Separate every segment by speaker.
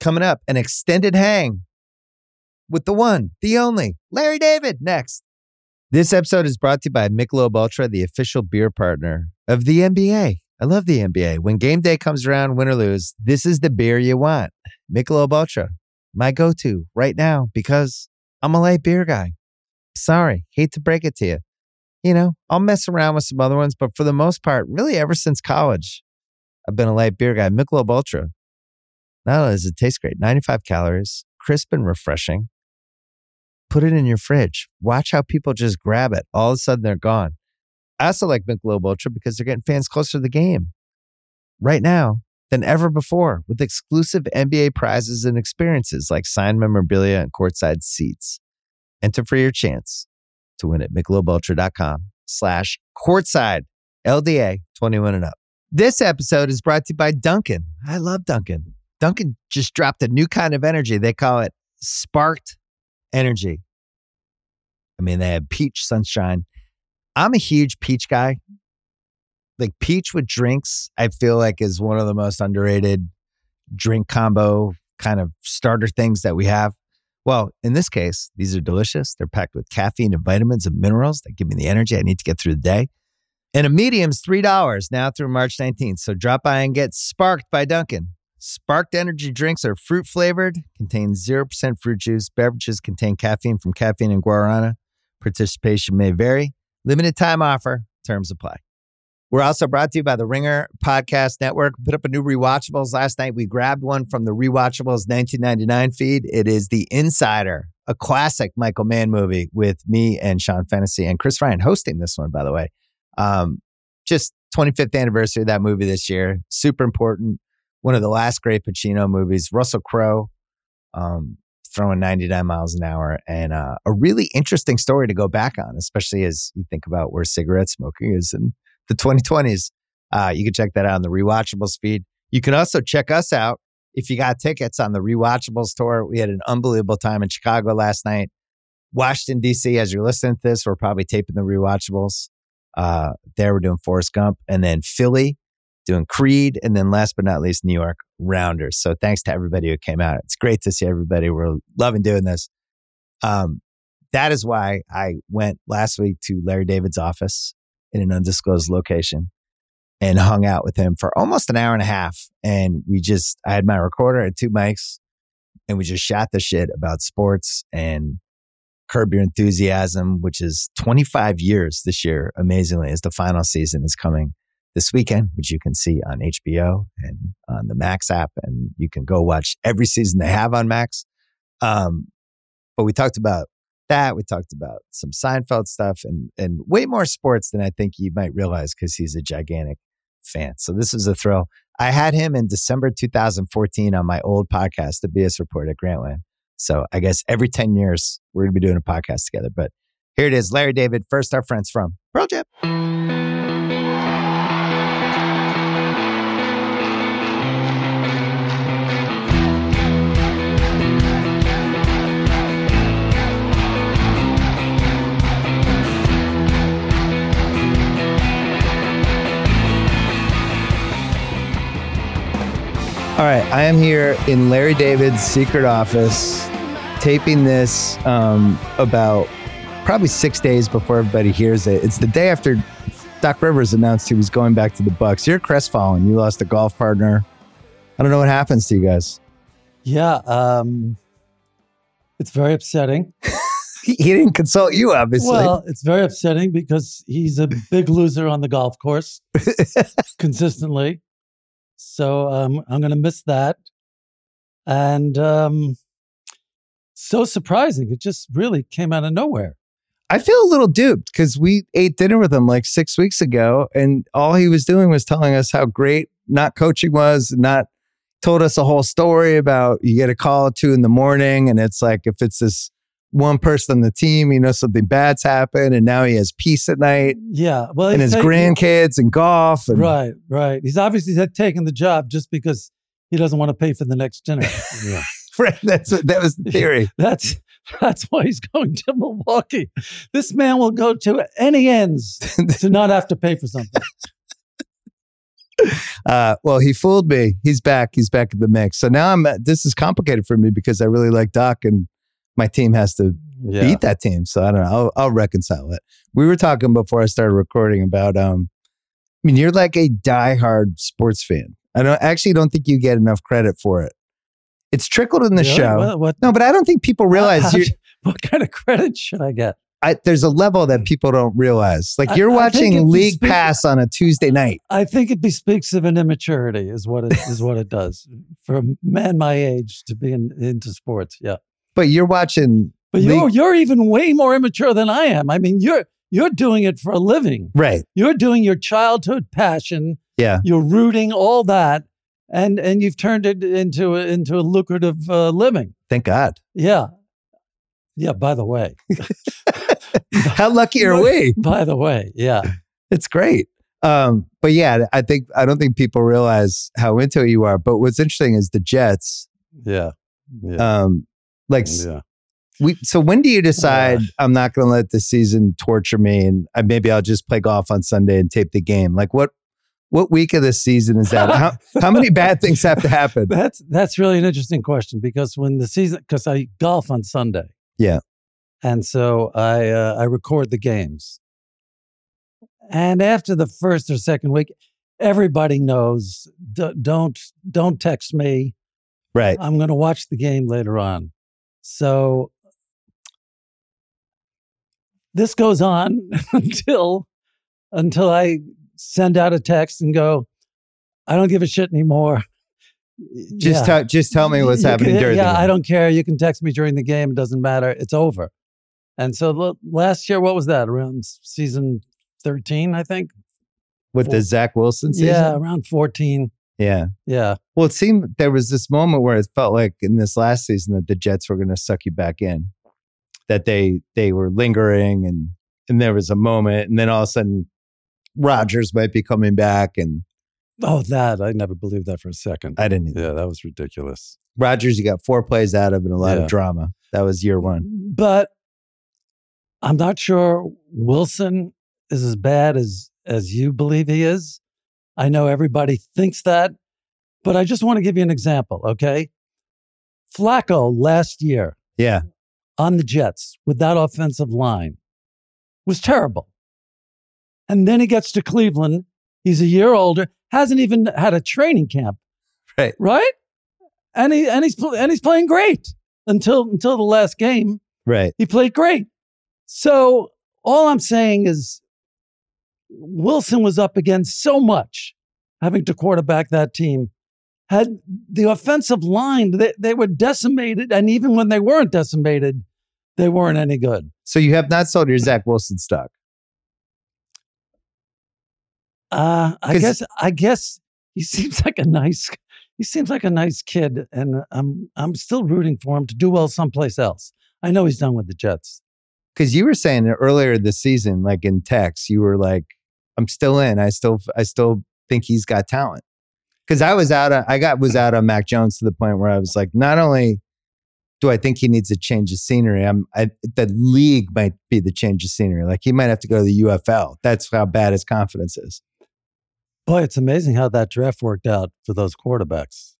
Speaker 1: Coming up, an extended hang with the one, the only, Larry David next. This episode is brought to you by Michelob Ultra, the official beer partner of the NBA. I love the NBA. When game day comes around, win or lose, this is the beer you want. Michelob Ultra, my go-to right now because I'm a light beer guy. Sorry, hate to break it to you. You know, I'll mess around with some other ones, but for the most part, really ever since college, I've been a light beer guy. Michelob Ultra. Not only does it taste great, 95 calories, crisp and refreshing. Put it in your fridge. Watch how people just grab it. All of a sudden, they're gone. I also like Michelob Ultra because they're getting fans closer to the game right now than ever before with exclusive NBA prizes and experiences like signed memorabilia and courtside seats. Enter for your chance to win at MichelobUltra.com slash courtside LDA 21 and up. This episode is brought to you by Duncan. I love Duncan. Duncan just dropped a new kind of energy. They call it sparked energy. I mean, they have peach sunshine. I'm a huge peach guy. Like peach with drinks, I feel like is one of the most underrated drink combo kind of starter things that we have. Well, in this case, these are delicious. They're packed with caffeine and vitamins and minerals that give me the energy I need to get through the day. And a medium's $3 now through March 19th. So drop by and get sparked by Duncan. Sparked energy drinks are fruit flavored, contain 0% fruit juice. Beverages contain caffeine from caffeine and guarana. Participation may vary. Limited time offer. Terms apply. We're also brought to you by the Ringer Podcast Network. Put up a new Rewatchables last night. We grabbed one from the Rewatchables 1999 feed. It is The Insider, a classic Michael Mann movie with me and Sean Fantasy and Chris Ryan hosting this one, by the way. Um, just 25th anniversary of that movie this year. Super important. One of the last great Pacino movies. Russell Crowe um, throwing 99 miles an hour and uh, a really interesting story to go back on, especially as you think about where cigarette smoking is in the 2020s. Uh, you can check that out on the Rewatchables feed. You can also check us out if you got tickets on the Rewatchables tour. We had an unbelievable time in Chicago last night. Washington, D.C., as you're listening to this, we're probably taping the Rewatchables. Uh, there we're doing Forrest Gump and then Philly doing Creed. And then last but not least, New York Rounders. So thanks to everybody who came out. It's great to see everybody. We're loving doing this. Um, that is why I went last week to Larry David's office in an undisclosed location and hung out with him for almost an hour and a half. And we just, I had my recorder and two mics and we just shot the shit about sports and Curb Your Enthusiasm, which is 25 years this year, amazingly, as the final season is coming this weekend, which you can see on HBO and on the Max app. And you can go watch every season they have on Max. Um, but we talked about that. We talked about some Seinfeld stuff and, and way more sports than I think you might realize because he's a gigantic fan. So this is a thrill. I had him in December 2014 on my old podcast, The BS Report at Grantland. So I guess every 10 years, we're going to be doing a podcast together. But here it is Larry David, first our friends from Pearl Jam. All right, I am here in Larry David's secret office, taping this um, about probably six days before everybody hears it. It's the day after Doc Rivers announced he was going back to the Bucks. You're crestfallen. You lost a golf partner. I don't know what happens to you guys.
Speaker 2: Yeah, um, it's very upsetting.
Speaker 1: He he didn't consult you, obviously.
Speaker 2: Well, it's very upsetting because he's a big loser on the golf course consistently. So um, I'm going to miss that. And um, so surprising. It just really came out of nowhere.
Speaker 1: I feel a little duped because we ate dinner with him like six weeks ago, and all he was doing was telling us how great not coaching was, not told us a whole story about you get a call at two in the morning, and it's like if it's this one person on the team, you know something bad's happened, and now he has peace at night,
Speaker 2: Yeah. Well,
Speaker 1: and
Speaker 2: he's
Speaker 1: his
Speaker 2: taking-
Speaker 1: grandkids and golf, and
Speaker 2: Right, right. He's obviously had taken the job just because he doesn't want to pay for the next dinner. yeah.
Speaker 1: Right, that's what, that was the theory.
Speaker 2: That's that's why he's going to Milwaukee. This man will go to any ends to not have to pay for something.
Speaker 1: Uh, well, he fooled me. He's back. He's back in the mix. So now I'm. uh, This is complicated for me because I really like Doc, and my team has to
Speaker 2: Yeah.
Speaker 1: beat that team. So I don't know. I'll, I'll reconcile it. We were talking before I started recording about. Um, I mean, you're like a diehard sports fan. I don't actually don't think you get enough credit for it. It's trickled in the
Speaker 2: Really?
Speaker 1: show.
Speaker 2: What, what,
Speaker 1: no, but I don't think people realize
Speaker 2: how-
Speaker 1: you.
Speaker 2: what kind of credit should I get?
Speaker 1: I, there's a level that people don't realize. Like
Speaker 2: I-
Speaker 1: you're
Speaker 2: I
Speaker 1: watching
Speaker 2: think if you
Speaker 1: League
Speaker 2: speak-
Speaker 1: Pass on a Tuesday night.
Speaker 2: I think it bespeaks of an immaturity, is what it is what it does for a man my age to be in, into sports. Yeah,
Speaker 1: But you're watching
Speaker 2: but
Speaker 1: League-
Speaker 2: you're you're even way more immature than I am. I mean, you're you're doing it for a living.
Speaker 1: right.
Speaker 2: You're doing your childhood passion.
Speaker 1: Yeah.
Speaker 2: You're rooting all that, and and you've turned it into a, into a lucrative uh, living.
Speaker 1: Thank God.
Speaker 2: Yeah, yeah. By the way,
Speaker 1: How lucky are we?
Speaker 2: by the way, yeah.
Speaker 1: It's great. Um, but yeah, I think I don't think people realize how into it you are. But what's interesting is the Jets.
Speaker 2: Yeah. Yeah.
Speaker 1: Um, like s-
Speaker 2: yeah.
Speaker 1: we. So when do you decide I'm not going to let the season torture me, and I, maybe I'll just play golf on Sunday and tape the game? Like what? What week of the season is that? How, how many bad things have to happen?
Speaker 2: That's that's really an interesting question because when the season because I golf on Sunday.
Speaker 1: Yeah.
Speaker 2: And so I uh, I record the games. And after the first or second week, everybody knows d- don't don't text me.
Speaker 1: Right.
Speaker 2: I'm going to watch the game later on. So this goes on until until I send out a text and go, I don't give a shit anymore.
Speaker 1: Just
Speaker 2: Yeah.
Speaker 1: tell just tell me what's
Speaker 2: You
Speaker 1: happening
Speaker 2: can-
Speaker 1: during
Speaker 2: Yeah,
Speaker 1: the game.
Speaker 2: I don't care. You can text me during the game. It doesn't matter. It's over. And so l- last year, what was that? Around s- season 13, I think.
Speaker 1: with the Zach Wilson season.
Speaker 2: Yeah, around 14.
Speaker 1: Yeah.
Speaker 2: Yeah.
Speaker 1: Well, it seemed there was this moment where it felt like in this last season that the Jets were going to suck you back in, that they they were lingering, and and there was a moment, and then all of a sudden, Rogers might be coming back, and
Speaker 2: Oh, that. I never believed that for a second.
Speaker 1: I didn't.
Speaker 2: yeah, that was ridiculous.
Speaker 1: Rogers, you got four plays out of and a lot
Speaker 2: Yeah.
Speaker 1: of drama. That was year one.
Speaker 2: But I'm not sure Wilson is as bad as as you believe he is. I know everybody thinks that, but I just want to give you an example, okay? Flacco last year
Speaker 1: Yeah,
Speaker 2: on the Jets with that offensive line was terrible. And then he gets to Cleveland. He's a year older, hasn't even had a training camp.
Speaker 1: Right.
Speaker 2: Right? And he and he's pl- and he's playing great until until the last game.
Speaker 1: right.
Speaker 2: He played great. So all I'm saying is Wilson was up against so much having to quarterback that team. Had the offensive line, they, they were decimated. And even when they weren't decimated, they weren't any good.
Speaker 1: So you have not sold your Zach Wilson stock.
Speaker 2: Uh, I
Speaker 1: 'Cause-
Speaker 2: guess I guess he seems like a nice he seems like a nice kid. And I'm I'm still rooting for him to do well someplace else. I know he's done with the Jets.
Speaker 1: because you were saying earlier this season, like in text, you were like, "I'm still in. I still, I still think he's got talent." Because I was out, on, I got was out on Mac Jones to the point where I was like, not only do I think he needs a change of scenery, I'm I, the league might be the change of scenery. Like he might have to go to the UFL. That's how bad his confidence is.
Speaker 2: Boy, it's amazing how that draft worked out for those quarterbacks.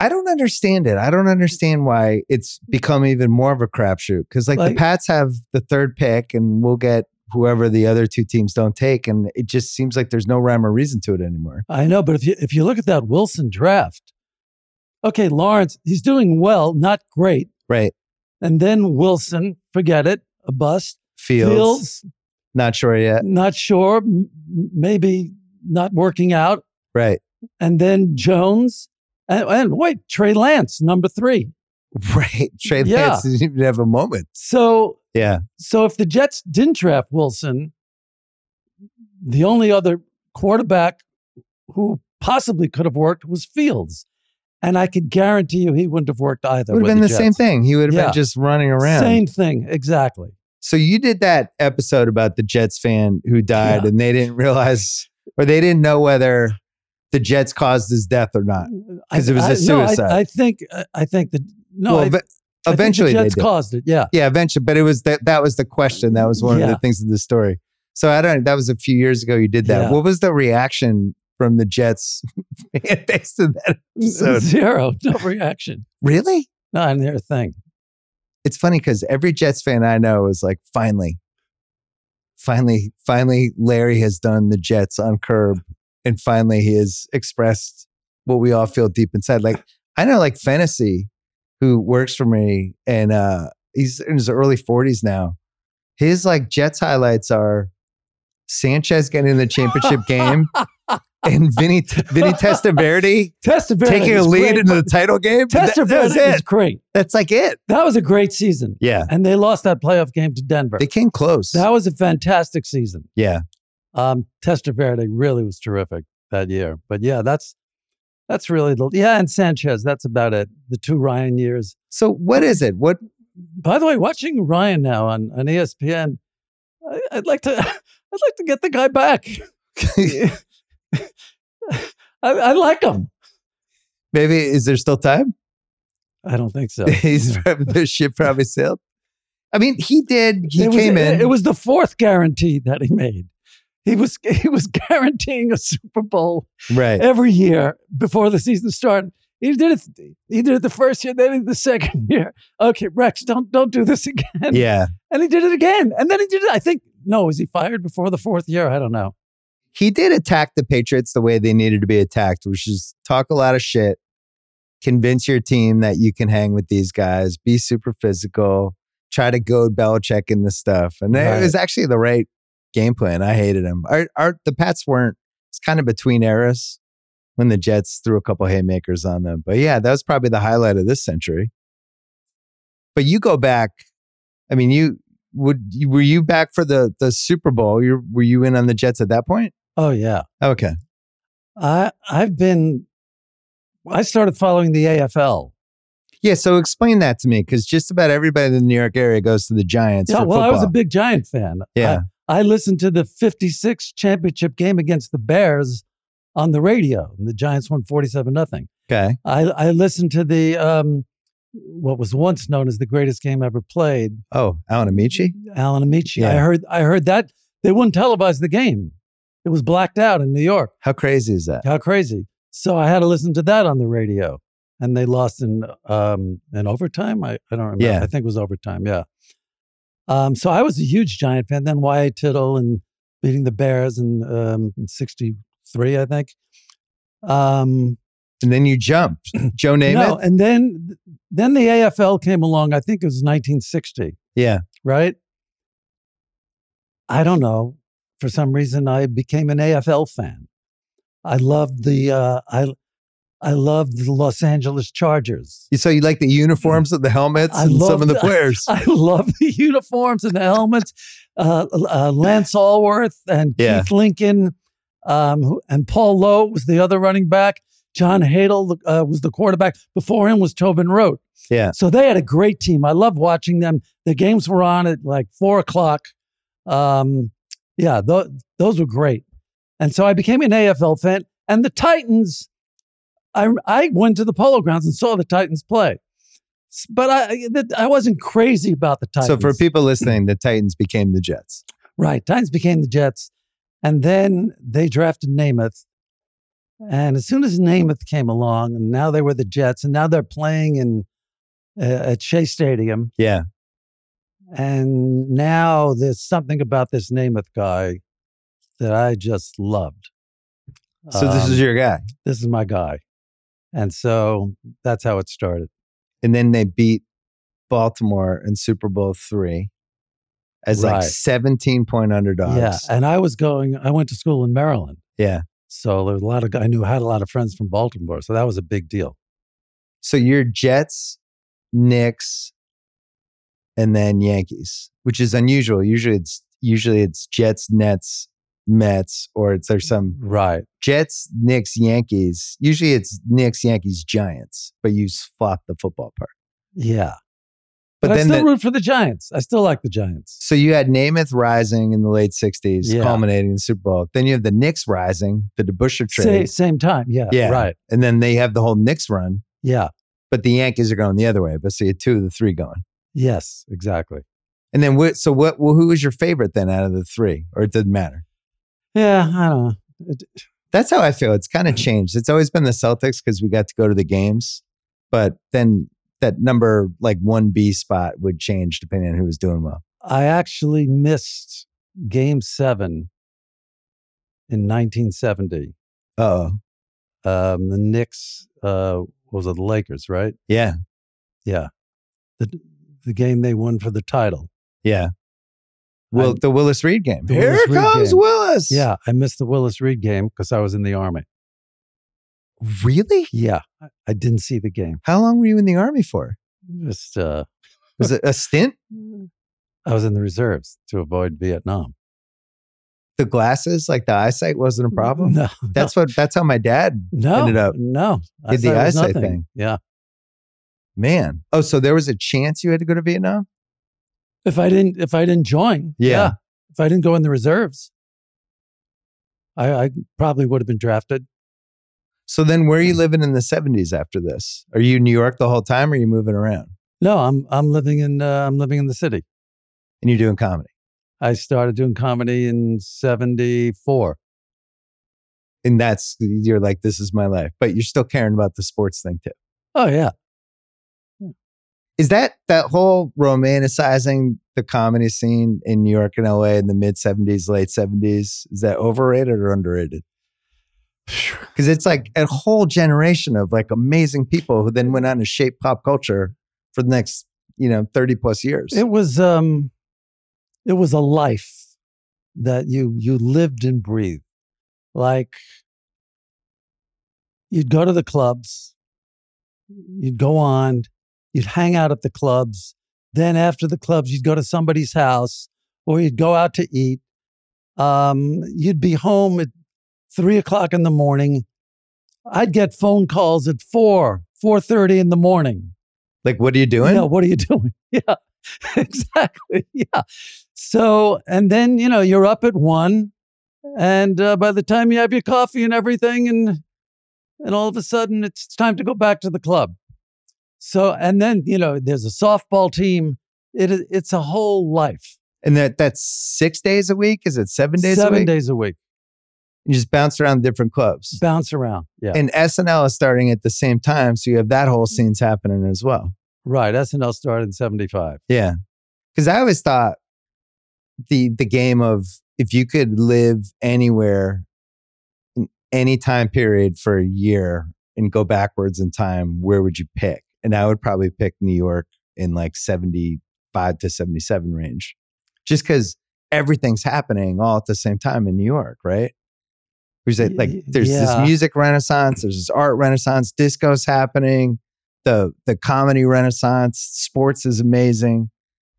Speaker 1: I don't understand it. I don't understand why it's become even more of a crapshoot. Because like,
Speaker 2: Like-
Speaker 1: the Pats have the third pick, and we'll get whoever the other two teams don't take, and it just seems like there's no rhyme or reason to it anymore.
Speaker 2: I know, but if you if you look at that Wilson draft, okay, Lawrence, he's doing well, not great.
Speaker 1: Right?
Speaker 2: And then Wilson, forget it, a bust.
Speaker 1: Fields, not sure yet.
Speaker 2: not sure, m- m- maybe not working out.
Speaker 1: Right?
Speaker 2: And then Jones, and, and wait, Trey Lance, number three.
Speaker 1: Right? Trey
Speaker 2: Yeah.
Speaker 1: Lance didn't even have a moment.
Speaker 2: So
Speaker 1: Yeah.
Speaker 2: so if the Jets didn't draft Wilson, the only other quarterback who possibly could have worked was Fields. And I could guarantee you he wouldn't have worked either.
Speaker 1: It would
Speaker 2: with
Speaker 1: have been the,
Speaker 2: Jets.
Speaker 1: same thing. He would have
Speaker 2: Yeah.
Speaker 1: been just running around.
Speaker 2: Same thing, exactly.
Speaker 1: So you did that episode about the Jets fan who died,
Speaker 2: Yeah.
Speaker 1: and they didn't realize or they didn't know whether the Jets caused his death or not. 'Cause it was
Speaker 2: a
Speaker 1: a suicide.
Speaker 2: I, think I think that no,
Speaker 1: well,
Speaker 2: I-
Speaker 1: ev-
Speaker 2: I think
Speaker 1: eventually
Speaker 2: the
Speaker 1: they
Speaker 2: Jets
Speaker 1: did.
Speaker 2: caused it. Yeah,
Speaker 1: Yeah, eventually, but it was that that was the question. That was one of
Speaker 2: Yeah.
Speaker 1: the things in the story. So I don't. That was a few years ago. You did that.
Speaker 2: Yeah.
Speaker 1: What was the reaction from the Jets fan base to that episode.
Speaker 2: Zero, no reaction.
Speaker 1: Really?
Speaker 2: Not in their thing.
Speaker 1: It's funny because every Jets fan I know is like, finally, finally, finally, Larry has done the Jets on curb. And finally, he has expressed what we all feel deep inside. Like, I know, like, Fantasy, who works for me, and uh, he's in his early 40s now. His like Jets highlights are Sanchez getting in the championship game and Vinny, Vinny Testaverde
Speaker 2: Testaverde
Speaker 1: taking a
Speaker 2: is
Speaker 1: lead
Speaker 2: great,
Speaker 1: into the
Speaker 2: but
Speaker 1: title game. That- that was
Speaker 2: Testaverde is
Speaker 1: it.
Speaker 2: great.
Speaker 1: That's like it.
Speaker 2: That was a great season,
Speaker 1: Yeah.
Speaker 2: and they lost that playoff game to Denver.
Speaker 1: They came close.
Speaker 2: that was a fantastic season.
Speaker 1: yeah.
Speaker 2: Um, Testaverde really was terrific that year. But yeah, that's that's really the yeah, and Sanchez. That's about it. The two Ryan years.
Speaker 1: So what is it? What
Speaker 2: By the way, watching Ryan now on on E ESPN, I, I'd like to I'd like to get the guy back. I, I like him.
Speaker 1: maybe is there still time?
Speaker 2: I don't think so.
Speaker 1: He's the ship probably sailed. I mean, he did. He
Speaker 2: It was-
Speaker 1: came
Speaker 2: it-
Speaker 1: in.
Speaker 2: It was the fourth guarantee that he made. He was he was guaranteeing a Super Bowl
Speaker 1: right.
Speaker 2: every year before the season started. He did it. He did it the first year. Then he did the second year. Okay, Rex, don't don't do this again.
Speaker 1: Yeah.
Speaker 2: And he did it again. And then he did it. I think no, was he fired before the fourth year? I don't know.
Speaker 1: He did attack the Patriots the way they needed to be attacked, which is talk a lot of shit, convince your team that you can hang with these guys, be super physical, try to goad Belichick in this stuff. And
Speaker 2: Right.
Speaker 1: it was actually the right game plan. I hated him. Our, our, the Pats weren't, it's kind of between eras when the Jets threw a couple haymakers on them. But yeah, that was probably the highlight of this century. But you go back, I mean, you would, you, were you back for the, the Super Bowl? you were you in on the Jets at that point?
Speaker 2: Oh yeah,
Speaker 1: Okay.
Speaker 2: I I've been. I started following the AFL.
Speaker 1: Yeah. So explain that to me because just about everybody in the New York area goes to the Giants.
Speaker 2: yeah,
Speaker 1: for
Speaker 2: Oh, well, I was a
Speaker 1: football.
Speaker 2: big Giant fan.
Speaker 1: Yeah.
Speaker 2: I, I listened to the 56 championship game against the Bears on the radio, and the Giants won 47 nothing.
Speaker 1: okay.
Speaker 2: I, I listened to the um, what was once known as the greatest game ever played,
Speaker 1: Oh, Alan Amici?
Speaker 2: Alan Amici. I
Speaker 1: Yeah.
Speaker 2: heard I heard that they wouldn't televise the game; it was blacked out in New York.
Speaker 1: How crazy is that?
Speaker 2: How crazy! So I had to listen to that on the radio, and they lost in um, in overtime. I, I don't remember.
Speaker 1: Yeah.
Speaker 2: I think it was overtime. Yeah. Um, so I was a huge Giant fan. Then Y.A. Tittle and beating the Bears in um, '63, I think. Um,
Speaker 1: And then you jumped. Joe Namath?
Speaker 2: no, and then then the AFL came along. I think it was 1960,
Speaker 1: Yeah.
Speaker 2: right? I don't know. For some reason, I became an AFL fan. I loved the uh, I I loved the Los Angeles Chargers.
Speaker 1: So you like the uniforms of the helmets
Speaker 2: I
Speaker 1: and some
Speaker 2: love
Speaker 1: of the
Speaker 2: the-
Speaker 1: players.
Speaker 2: I loved the uniforms and the helmets. Uh, uh, Lance Allworth and
Speaker 1: Yeah.
Speaker 2: Keith Lincoln, um, who- and Paul Lowe was the other running back. John Hadle uh, was the quarterback. Before him was Tobin Rote.
Speaker 1: yeah.
Speaker 2: So they had a great team. I love watching them. The games were on at like four o'clock. Um, yeah, tho- those were great. And so I became an AFL fan. And the Titans, I, I went to the Polo Grounds and saw the Titans play. S- But I, the, I wasn't crazy about the Titans.
Speaker 1: So for people listening, the Titans became the Jets.
Speaker 2: Right. Titans became the Jets. And then they drafted Namath. And as soon as Namath came along, and now they were the Jets, and now they're playing in uh, at Shea Stadium.
Speaker 1: Yeah.
Speaker 2: And now there's something about this Namath guy that I just loved.
Speaker 1: So this
Speaker 2: Um,
Speaker 1: is your guy.
Speaker 2: this is my guy, and so that's how it started.
Speaker 1: And then they beat Baltimore in Super Bowl three as like
Speaker 2: Right.
Speaker 1: 17 point underdogs.
Speaker 2: Yeah, and I was going. I went to school in Maryland,
Speaker 1: yeah.
Speaker 2: so there was a lot of. I knew had a lot of friends from Baltimore, so that was a big deal.
Speaker 1: So you're Jets, Knicks, and then Yankees, which is unusual. Usually it's usually it's Jets, Nets, Mets, or it's there's some
Speaker 2: Right.
Speaker 1: Jets, Knicks, Yankees. Usually it's Knicks, Yankees, Giants, but you flop the football part.
Speaker 2: Yeah.
Speaker 1: But
Speaker 2: But, I
Speaker 1: then
Speaker 2: still
Speaker 1: the-
Speaker 2: root for the Giants. I still like the Giants.
Speaker 1: So you had Namath rising in the late '60s,
Speaker 2: Yeah.
Speaker 1: culminating in the Super Bowl. Then you have the Knicks rising, the DeBuscher
Speaker 2: Say,
Speaker 1: trade,
Speaker 2: same time. Yeah.
Speaker 1: Yeah.
Speaker 2: Right.
Speaker 1: and then they have the whole Knicks run.
Speaker 2: Yeah.
Speaker 1: But the Yankees are going the other way. But so you had two of the three going.
Speaker 2: Yes. Exactly.
Speaker 1: And then what? So what? Well, who was your favorite then out of the three, or it didn't matter?
Speaker 2: Yeah. I don't know. It,
Speaker 1: That's how I feel. It's kind of
Speaker 2: Mm-hmm.
Speaker 1: changed. It's always been the Celtics because we got to go to the games, but then that number like one B spot would change depending on who was doing well.
Speaker 2: I actually missed game seven in 1970.
Speaker 1: Oh
Speaker 2: Um, the Knicks, uh, what was it the Lakers, right?
Speaker 1: yeah,
Speaker 2: Yeah. The, the game they won for the title.
Speaker 1: yeah. Well,
Speaker 2: I-
Speaker 1: the Willis Reed game.
Speaker 2: The
Speaker 1: Here
Speaker 2: Willis Reed
Speaker 1: comes
Speaker 2: game.
Speaker 1: Willis.
Speaker 2: Yeah. I missed the Willis Reed game because I was in the Army.
Speaker 1: Really?
Speaker 2: Yeah. I- I didn't see the game.
Speaker 1: How long were you in the army for?
Speaker 2: Just, uh,
Speaker 1: Was it a stint? Mm.
Speaker 2: I was in the reserves to avoid Vietnam.
Speaker 1: The glasses, like the eyesight, wasn't a problem.
Speaker 2: No.
Speaker 1: That's what. That's how my dad.
Speaker 2: no,
Speaker 1: ended up-
Speaker 2: No. I
Speaker 1: did the
Speaker 2: thought it was
Speaker 1: eyesight
Speaker 2: nothing.
Speaker 1: thing.
Speaker 2: Yeah.
Speaker 1: Man. Oh, so there was a chance you had to go to Vietnam.
Speaker 2: If I didn't, if I didn't join,
Speaker 1: Yeah.
Speaker 2: If I didn't go in the reserves, I, I probably would have been drafted.
Speaker 1: So then, where are
Speaker 2: Hmm.
Speaker 1: you living in the seventies after this? Are you in New York the whole time, or are you moving around
Speaker 2: No, I'm I'm living in uh, I'm living in the city.
Speaker 1: and you're doing comedy
Speaker 2: I started doing comedy in '74.
Speaker 1: and that's you're like this is my life, but you're still caring about the sports thing too.
Speaker 2: Oh yeah,
Speaker 1: Is that that whole romanticizing the comedy scene in New York and LA in the mid 70s, late 70s? Is that overrated or underrated? Because it's like a whole generation of like amazing people who then went on to shape pop culture for the next, you know, 30 plus years.
Speaker 2: it was um, it was a life that you you lived and breathed. Like you'd go to the clubs, you'd go on, you'd hang out at the clubs. Then after the clubs, you'd go to somebody's house or you'd go out to eat. Um, you'd be home at three o'clock in the morning. I'd get phone calls at four, four thirty in the morning.
Speaker 1: like, what are you doing?
Speaker 2: Yeah, what are you doing? Yeah, exactly. Yeah. So, and then, you know, you're up at one, and uh, by the time you have your coffee and everything, and and all of a sudden it's time to go back to the club. So, and then, you know, there's a softball team. It, i- it's a whole life.
Speaker 1: And that that's six days a week? Is it seven days a
Speaker 2: Seven
Speaker 1: week?
Speaker 2: days a week.
Speaker 1: You just bounce around different clubs.
Speaker 2: Bounce around. Yeah.
Speaker 1: and SNL is starting at the same time. So you have that whole scene's happening as well.
Speaker 2: right. SNL started in 75.
Speaker 1: Yeah. Cause I always thought the the game of if you could live anywhere in any time period for a year and go backwards in time, where would you pick? And I would probably pick New York in like 75 to 77 range. Just cause everything's happening all at the same time in New York, right? There's a- like
Speaker 2: Y-
Speaker 1: there's this
Speaker 2: yeah.
Speaker 1: music renaissance, there's this art renaissance, disco's happening the the comedy renaissance. Sports is amazing.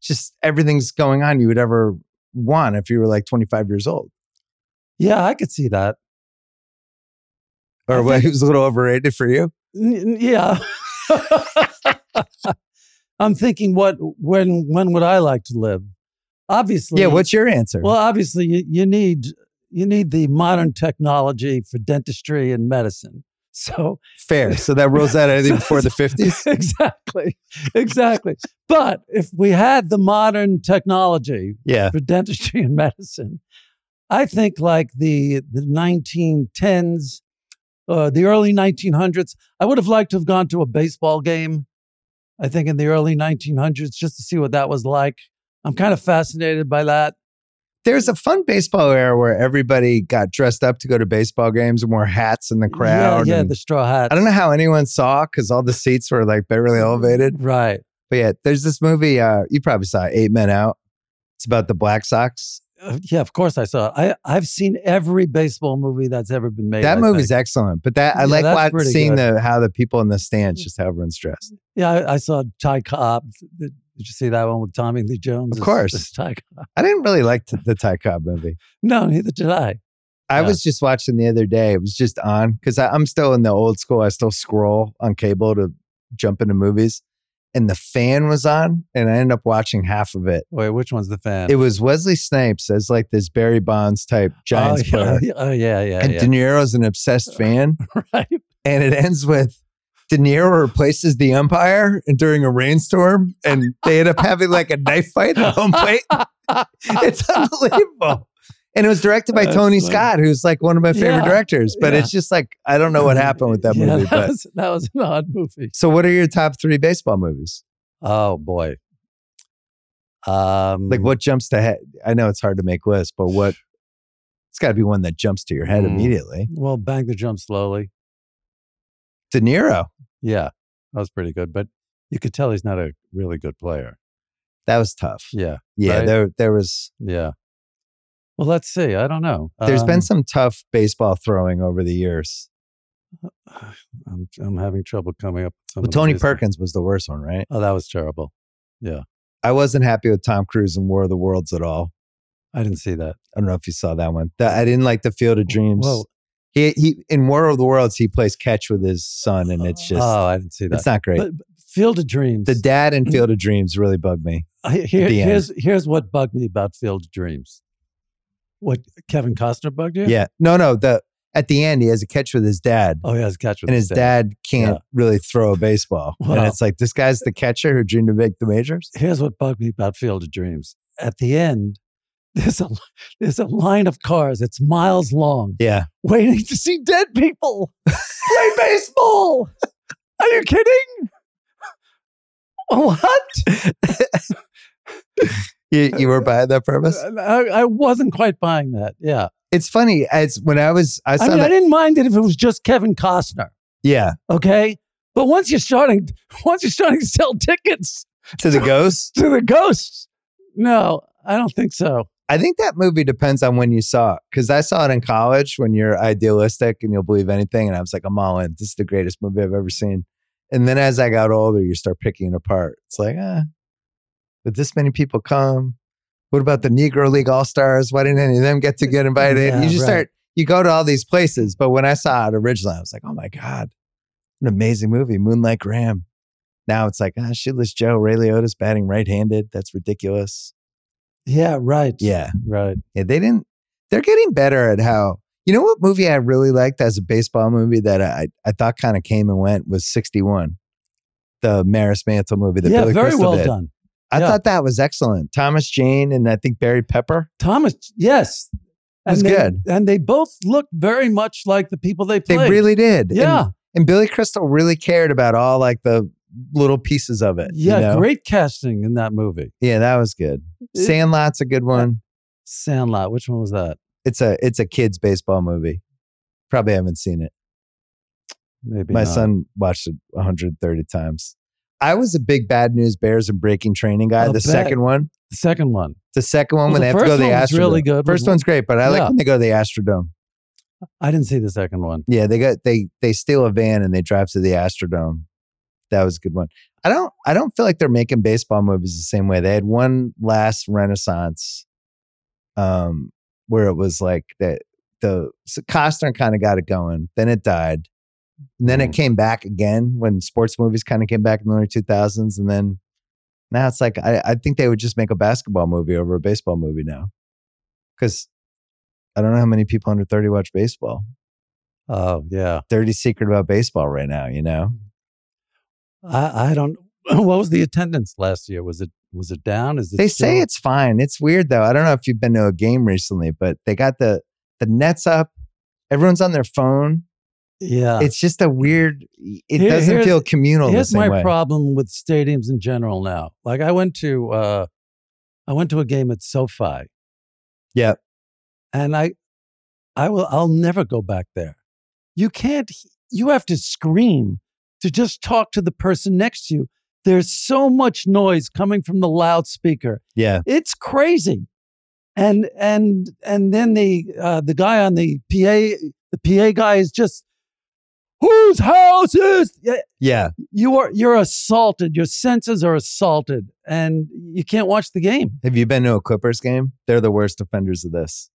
Speaker 1: Just everything's going on you would ever want if you were like 25 years old.
Speaker 2: Yeah, I could see that. I
Speaker 1: Or what,
Speaker 2: think-
Speaker 1: it was a little overrated for you.
Speaker 2: N- n- yeah. I'm thinking, what when when would I like to live? Obviously,
Speaker 1: Yeah, what's your answer?
Speaker 2: well, obviously you, you need you need the modern technology for dentistry and medicine. So
Speaker 1: Fair. So that rules out anything before the 50s.
Speaker 2: exactly, exactly. but if we had the modern technology
Speaker 1: Yeah.
Speaker 2: for dentistry and medicine, I think like the the 1910s, uh, the early 1900s. I would have liked to have gone to a baseball game. I think in the early 1900s, just to see what that was like. I'm kind of fascinated by that.
Speaker 1: There's a fun baseball era where everybody got dressed up to go to baseball games and wore hats in the crowd.
Speaker 2: yeah, yeah,
Speaker 1: and
Speaker 2: the straw hat.
Speaker 1: I don't know how anyone saw because all the seats were like barely elevated.
Speaker 2: Right.
Speaker 1: But yeah, there's this movie, uh, you probably saw it, Eight Men Out. It's about the Black Sox.
Speaker 2: Uh, yeah, of course I saw. it. I I've seen every baseball movie that's ever been made.
Speaker 1: That
Speaker 2: I
Speaker 1: movie's
Speaker 2: think.
Speaker 1: excellent, but that I
Speaker 2: Yeah,
Speaker 1: like
Speaker 2: that's
Speaker 1: watch-
Speaker 2: pretty
Speaker 1: seeing
Speaker 2: good.
Speaker 1: the how the people in the stands just how everyone's dressed.
Speaker 2: Yeah, I, I saw Ty Cobb. Did you see that one with Tommy Lee Jones? as-
Speaker 1: course.
Speaker 2: as Ty Cobb.
Speaker 1: I didn't really like the, the Ty Cobb movie.
Speaker 2: No, neither did I.
Speaker 1: I
Speaker 2: Yeah.
Speaker 1: was just watching the other day. It was just on because I'm still in the old school. I still scroll on cable to jump into movies, and the fan was on, and I ended up watching half of it.
Speaker 2: Wait, which one's the fan?
Speaker 1: It was Wesley Snipes as like this Barry Bonds type Giants
Speaker 2: oh, yeah,
Speaker 1: player,
Speaker 2: yeah, oh yeah, yeah,
Speaker 1: and
Speaker 2: yeah.
Speaker 1: De Niro's an obsessed fan.
Speaker 2: right.
Speaker 1: and it ends with De Niro replaces the umpire and during a rainstorm, and they end up having like a knife fight at home plate. It's unbelievable. And it was directed by
Speaker 2: That's
Speaker 1: Tony
Speaker 2: funny.
Speaker 1: Scott, who's like one of my favorite
Speaker 2: Yeah,
Speaker 1: directors. But
Speaker 2: yeah.
Speaker 1: it's just like I don't know what happened with that
Speaker 2: Yeah,
Speaker 1: movie.
Speaker 2: That,
Speaker 1: But
Speaker 2: was, that was an odd movie.
Speaker 1: so, what are your top three baseball movies?
Speaker 2: Oh boy. Um,
Speaker 1: Like, what jumps to head? I know it's hard to make lists, but what? It's got to be one that jumps to your head
Speaker 2: Hmm.
Speaker 1: immediately.
Speaker 2: Well, bang the jump slowly.
Speaker 1: De Niro.
Speaker 2: Yeah, that was pretty good, but you could tell he's not a really good player.
Speaker 1: That was tough.
Speaker 2: Yeah,
Speaker 1: Yeah,
Speaker 2: Right.
Speaker 1: there there was.
Speaker 2: yeah. Well, let's see. I don't know.
Speaker 1: There's
Speaker 2: Um,
Speaker 1: been some tough baseball throwing over the years.
Speaker 2: I'm, I'm having trouble coming up. With some
Speaker 1: Well,
Speaker 2: of the
Speaker 1: Tony
Speaker 2: recent-
Speaker 1: Perkins was the worst one, right?
Speaker 2: Oh, that was terrible.
Speaker 1: I wasn't happy with Tom Cruise in War of the Worlds at all.
Speaker 2: I didn't see that.
Speaker 1: I don't know if you saw that one. That- I didn't like the Field of Dreams.
Speaker 2: Well,
Speaker 1: he he in War of the Worlds he plays catch with his son, and it's just
Speaker 2: oh, I didn't see that.
Speaker 1: it's not great.
Speaker 2: But Mm-hmm. but Field of Dreams.
Speaker 1: the dad in Field of Dreams really bugged me.
Speaker 2: I- here-
Speaker 1: the end.
Speaker 2: here's here's what bugged me about Field of Dreams. What Kevin Costner bugged you?
Speaker 1: Yeah. no, no. The at the end he has a catch with his dad,
Speaker 2: Oh, yeah, his catch with
Speaker 1: and his dad can't
Speaker 2: Yeah.
Speaker 1: really throw a baseball. And
Speaker 2: Wow.
Speaker 1: it's like this guy's the catcher who dreamed to make the majors.
Speaker 2: here's what bugged me about Field of Dreams. At the end, there's a there's a line of cars. It's miles long,
Speaker 1: Yeah,
Speaker 2: waiting to see dead people play baseball. Are you kidding? What?
Speaker 1: you, you were by that purpose.
Speaker 2: I, I wasn't quite buying that. Yeah,
Speaker 1: It's funny. It's when I was I
Speaker 2: I,
Speaker 1: saw
Speaker 2: mean, I
Speaker 1: that.
Speaker 2: didn't mind it if it was just Kevin Costner.
Speaker 1: Yeah,
Speaker 2: Okay, but once you're starting, once you're starting to sell tickets
Speaker 1: to the ghost.
Speaker 2: to the ghosts, no, I don't think so.
Speaker 1: I think that movie depends on when you saw it. Because I saw it in college when you're idealistic and you'll believe anything. And I was like, I'm all in. This is the greatest movie I've ever seen. And then as I got older, you start picking it apart. It's like, ah, but this many people come. What about the Negro League All Stars? Why didn't any of them get to get invited?
Speaker 2: Yeah,
Speaker 1: you just
Speaker 2: right.
Speaker 1: start, you go to all these places. But when I saw it originally, I was like, oh my God, an amazing movie, Moonlight Graham. Now it's like, ah, shitless Joe, Ray Liotta's batting right handed. That's ridiculous.
Speaker 2: Yeah, right.
Speaker 1: Yeah.
Speaker 2: right.
Speaker 1: Yeah, they didn't. They're getting better at how. You know what movie I really liked as a baseball movie that I I thought kind of came and went was sixty one, the Maris Mantle movie that
Speaker 2: yeah,
Speaker 1: Billy
Speaker 2: very
Speaker 1: Crystal
Speaker 2: well
Speaker 1: did.
Speaker 2: done.
Speaker 1: I
Speaker 2: yeah.
Speaker 1: thought that was excellent. Thomas Jane and I think Barry Pepper.
Speaker 2: Thomas, yes.
Speaker 1: was
Speaker 2: they,
Speaker 1: good.
Speaker 2: And they both look very much like the people they
Speaker 1: They
Speaker 2: played.
Speaker 1: really did. And-
Speaker 2: yeah,
Speaker 1: and, Billy Crystal really cared about all like the little pieces of it. uh, you
Speaker 2: yeah,
Speaker 1: know?
Speaker 2: great casting in that movie.
Speaker 1: Yeah, that was good.
Speaker 2: It-
Speaker 1: Sandlot's a good one.
Speaker 2: Sandlot, which one was that?
Speaker 1: It's a it's a kids baseball movie. Probably haven't seen it.
Speaker 2: Maybe
Speaker 1: My
Speaker 2: not.
Speaker 1: son watched it 130 times. I was a big Bad News Bears and Breaking Training guy.
Speaker 2: I'll
Speaker 1: the
Speaker 2: bet.
Speaker 1: second one,
Speaker 2: The second one.
Speaker 1: the second one
Speaker 2: Well,
Speaker 1: when
Speaker 2: the
Speaker 1: they have to go
Speaker 2: first
Speaker 1: to the
Speaker 2: one was
Speaker 1: Astrodome.
Speaker 2: really good.
Speaker 1: First one's great, but I like
Speaker 2: Yeah.
Speaker 1: when they go to the Astrodome.
Speaker 2: I didn't see the second one.
Speaker 1: Yeah, they got they they steal a van and they drive to the Astrodome. That was a good one. I don't I don't feel like they're making baseball movies the same way. They had one last renaissance, um, where it was like that the so Costner kind of got it going. Then it died. And then it
Speaker 2: Mm.
Speaker 1: came back again when sports movies kind of came back in the early two thousands, and then now it's like I, I think they would just make a basketball movie over a baseball movie now, because I don't know how many people under thirty watch baseball
Speaker 2: Oh, yeah.
Speaker 1: dirty secret about baseball right now, you know?
Speaker 2: I, I don't. What was the attendance last year? Was it was it down? Is it
Speaker 1: They
Speaker 2: still-
Speaker 1: say it's fine. It's weird though. I don't know if you've been to a game recently, but they got the the nets up. Everyone's on their phone.
Speaker 2: Yeah.
Speaker 1: It's just a weird it
Speaker 2: Here-
Speaker 1: doesn't
Speaker 2: here's-
Speaker 1: feel communal the
Speaker 2: Here's
Speaker 1: same
Speaker 2: my
Speaker 1: way.
Speaker 2: problem with stadiums in general now. Like I went to uh I went to a game at SoFi.
Speaker 1: Yep.
Speaker 2: And I I will I'll never go back there. You can't you have to scream to just talk to the person next to you. There's so much noise coming from the loudspeaker.
Speaker 1: yeah.
Speaker 2: It's crazy. And and and then the uh the guy on the PA the PA guy is just whose house is
Speaker 1: Yeah.
Speaker 2: you are you're assaulted your senses are assaulted and you can't watch the game
Speaker 1: Have you been to a Clippers game? They're the worst offenders of this.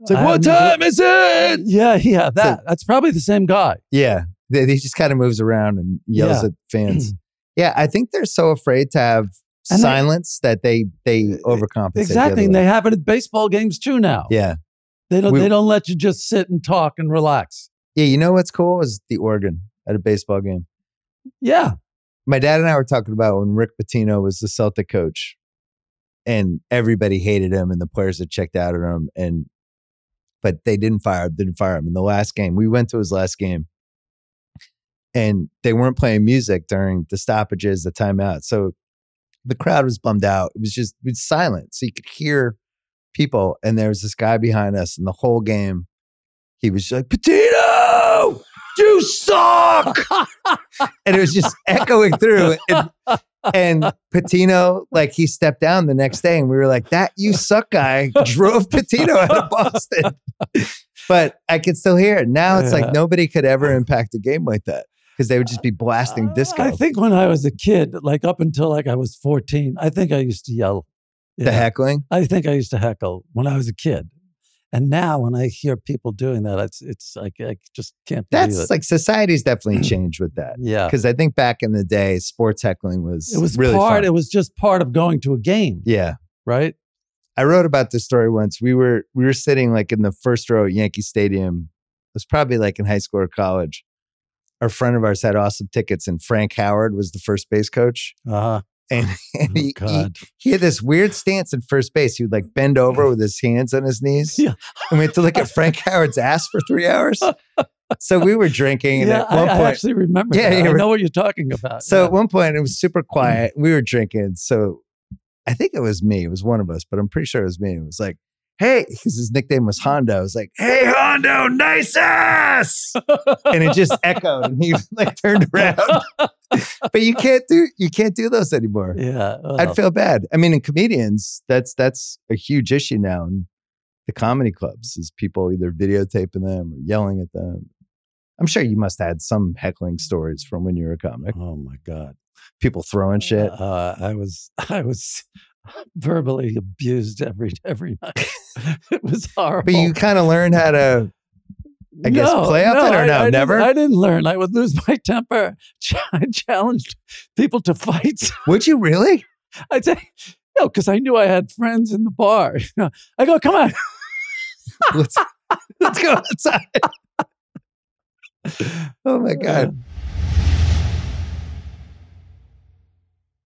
Speaker 1: It's like,
Speaker 2: I
Speaker 1: what
Speaker 2: haven't-
Speaker 1: time is it?
Speaker 2: yeah yeah that that's probably the same guy
Speaker 1: Yeah. They, he just kind of moves around and yells
Speaker 2: Yeah.
Speaker 1: at fans. yeah. I think they're so afraid to have
Speaker 2: And they-
Speaker 1: silence that they they overcompensate. the other
Speaker 2: exactly and
Speaker 1: way.
Speaker 2: they have it at baseball games too now
Speaker 1: yeah.
Speaker 2: they don't
Speaker 1: We-
Speaker 2: they don't let you just sit and talk and relax
Speaker 1: Yeah, you know what's cool is the organ at a baseball game.
Speaker 2: yeah
Speaker 1: My dad and I were talking about when Rick Pitino was the Celtic coach, and everybody hated him, and the players had checked out on him, and but they didn't fire him, didn't fire him. In the last game, we went to his last game, and they weren't playing music during the stoppages, the timeout, so the crowd was bummed out. It was just it was silent, so you could hear people, and there was this guy behind us, and the whole game, he was like, "Petito, you suck." and it was just echoing through. And, and Patino, like he stepped down the next day, and we were like, "That you suck guy drove Patino out of Boston." but I could still hear it now. It's
Speaker 2: Yeah.
Speaker 1: like nobody could ever impact a game like that because they would just be blasting disco.
Speaker 2: I think when I was a kid, like up until like I was 14, I think I used to yell.
Speaker 1: the
Speaker 2: Yeah.
Speaker 1: heckling.
Speaker 2: I think I used to heckle when I was a kid. And now when I hear people doing that, it's it's like I just can't believe
Speaker 1: That's
Speaker 2: it.
Speaker 1: like society's definitely changed with that.
Speaker 2: yeah.
Speaker 1: Because I think back in the day, sports heckling was
Speaker 2: It was
Speaker 1: really
Speaker 2: part
Speaker 1: fun.
Speaker 2: it was just part of going to a game,
Speaker 1: yeah.
Speaker 2: right?
Speaker 1: I wrote about this story once. We were we were sitting like in the first row at Yankee Stadium. It was probably like in high school or college. A friend of ours had awesome tickets, and Frank Howard was the first base coach.
Speaker 2: Uh-huh.
Speaker 1: And, and
Speaker 2: Oh,
Speaker 1: he, he
Speaker 2: God.
Speaker 1: he had this weird stance in first base. He would like bend over with his hands on his knees.
Speaker 2: Yeah.
Speaker 1: And we had to look at Frank Howard's ass for three hours. So we were drinking, and
Speaker 2: yeah,
Speaker 1: at one
Speaker 2: I, I
Speaker 1: point,
Speaker 2: actually remember.
Speaker 1: Yeah,
Speaker 2: that.
Speaker 1: you
Speaker 2: I
Speaker 1: re-
Speaker 2: know what you're talking about.
Speaker 1: so
Speaker 2: Uh, yeah. Mm-hmm.
Speaker 1: at one point it was super quiet. We were drinking. So I think it was me. It was one of us, but I'm pretty sure it was me. It was like, hey, because his nickname was Hondo. It was like, hey, Hondo, nice ass. and it just echoed and he like turned around. but you can't do you can't do those anymore.
Speaker 2: yeah, oh,
Speaker 1: I'd feel bad. I mean, in comedians, that's that's a huge issue now in the comedy clubs is people either videotaping them or yelling at them. I'm sure you must have had some heckling stories from when you were a comic.
Speaker 2: oh my god,
Speaker 1: People throwing shit.
Speaker 2: Uh, I was I was verbally abused every every night. it was horrible.
Speaker 1: But you kind of learned how to. I guess, play off it or
Speaker 2: I-
Speaker 1: no?
Speaker 2: I didn't-
Speaker 1: Never?
Speaker 2: I didn't learn. I would lose my temper. I challenged people to fights.
Speaker 1: Would you really?
Speaker 2: I would say no, because I knew I had friends in the bar. You know, I go, come on,
Speaker 1: Let's let's go outside. Oh my god!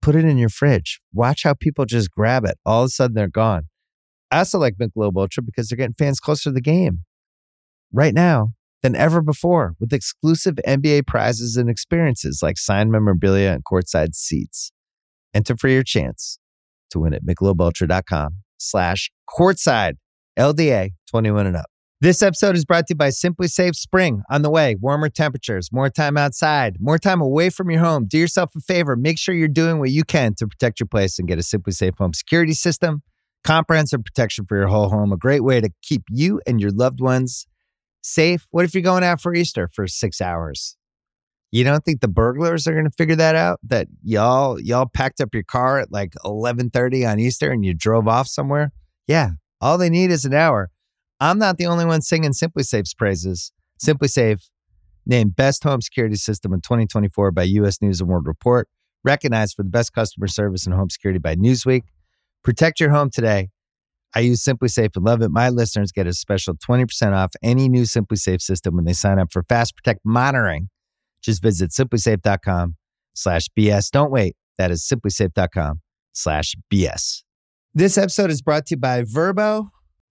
Speaker 1: Put it in your fridge. Watch how people just grab it. All of a sudden, they're gone. I also like Michelob Ultra because they're getting fans closer to the game right now than ever before with exclusive NBA prizes and experiences like signed memorabilia and courtside seats. Enter for your chance to win at MichelobUltra.com slash courtside LDA 21 and up. This episode is brought to you by Simply Safe Spring. On the way, warmer temperatures, more time outside, more time away from your home. Do yourself a favor. Make sure you're doing what you can to protect your place and get a Simply Safe home security system. Comprehensive protection for your whole home. A great way to keep you and your loved ones safe. What if you're going out for Easter for six hours? You don't think the burglars are going to figure that out? That y'all y'all packed up your car at like 11:30 on Easter and you drove off somewhere? Yeah, all they need is an hour. I'm not the only one singing Simply Safe's praises. Simply Safe, named best home security system in 2024 by U.S. News and World Report, recognized for the best customer service in home security by Newsweek. Protect your home today. I use Simply Safe and love it. My listeners get a special 20% off any new Simply Safe system when they sign up for Fast Protect monitoring. Just visit simplysafe.com slash BS. Don't wait. That is simplysafe.com slash BS. This episode is brought to you by Verbo.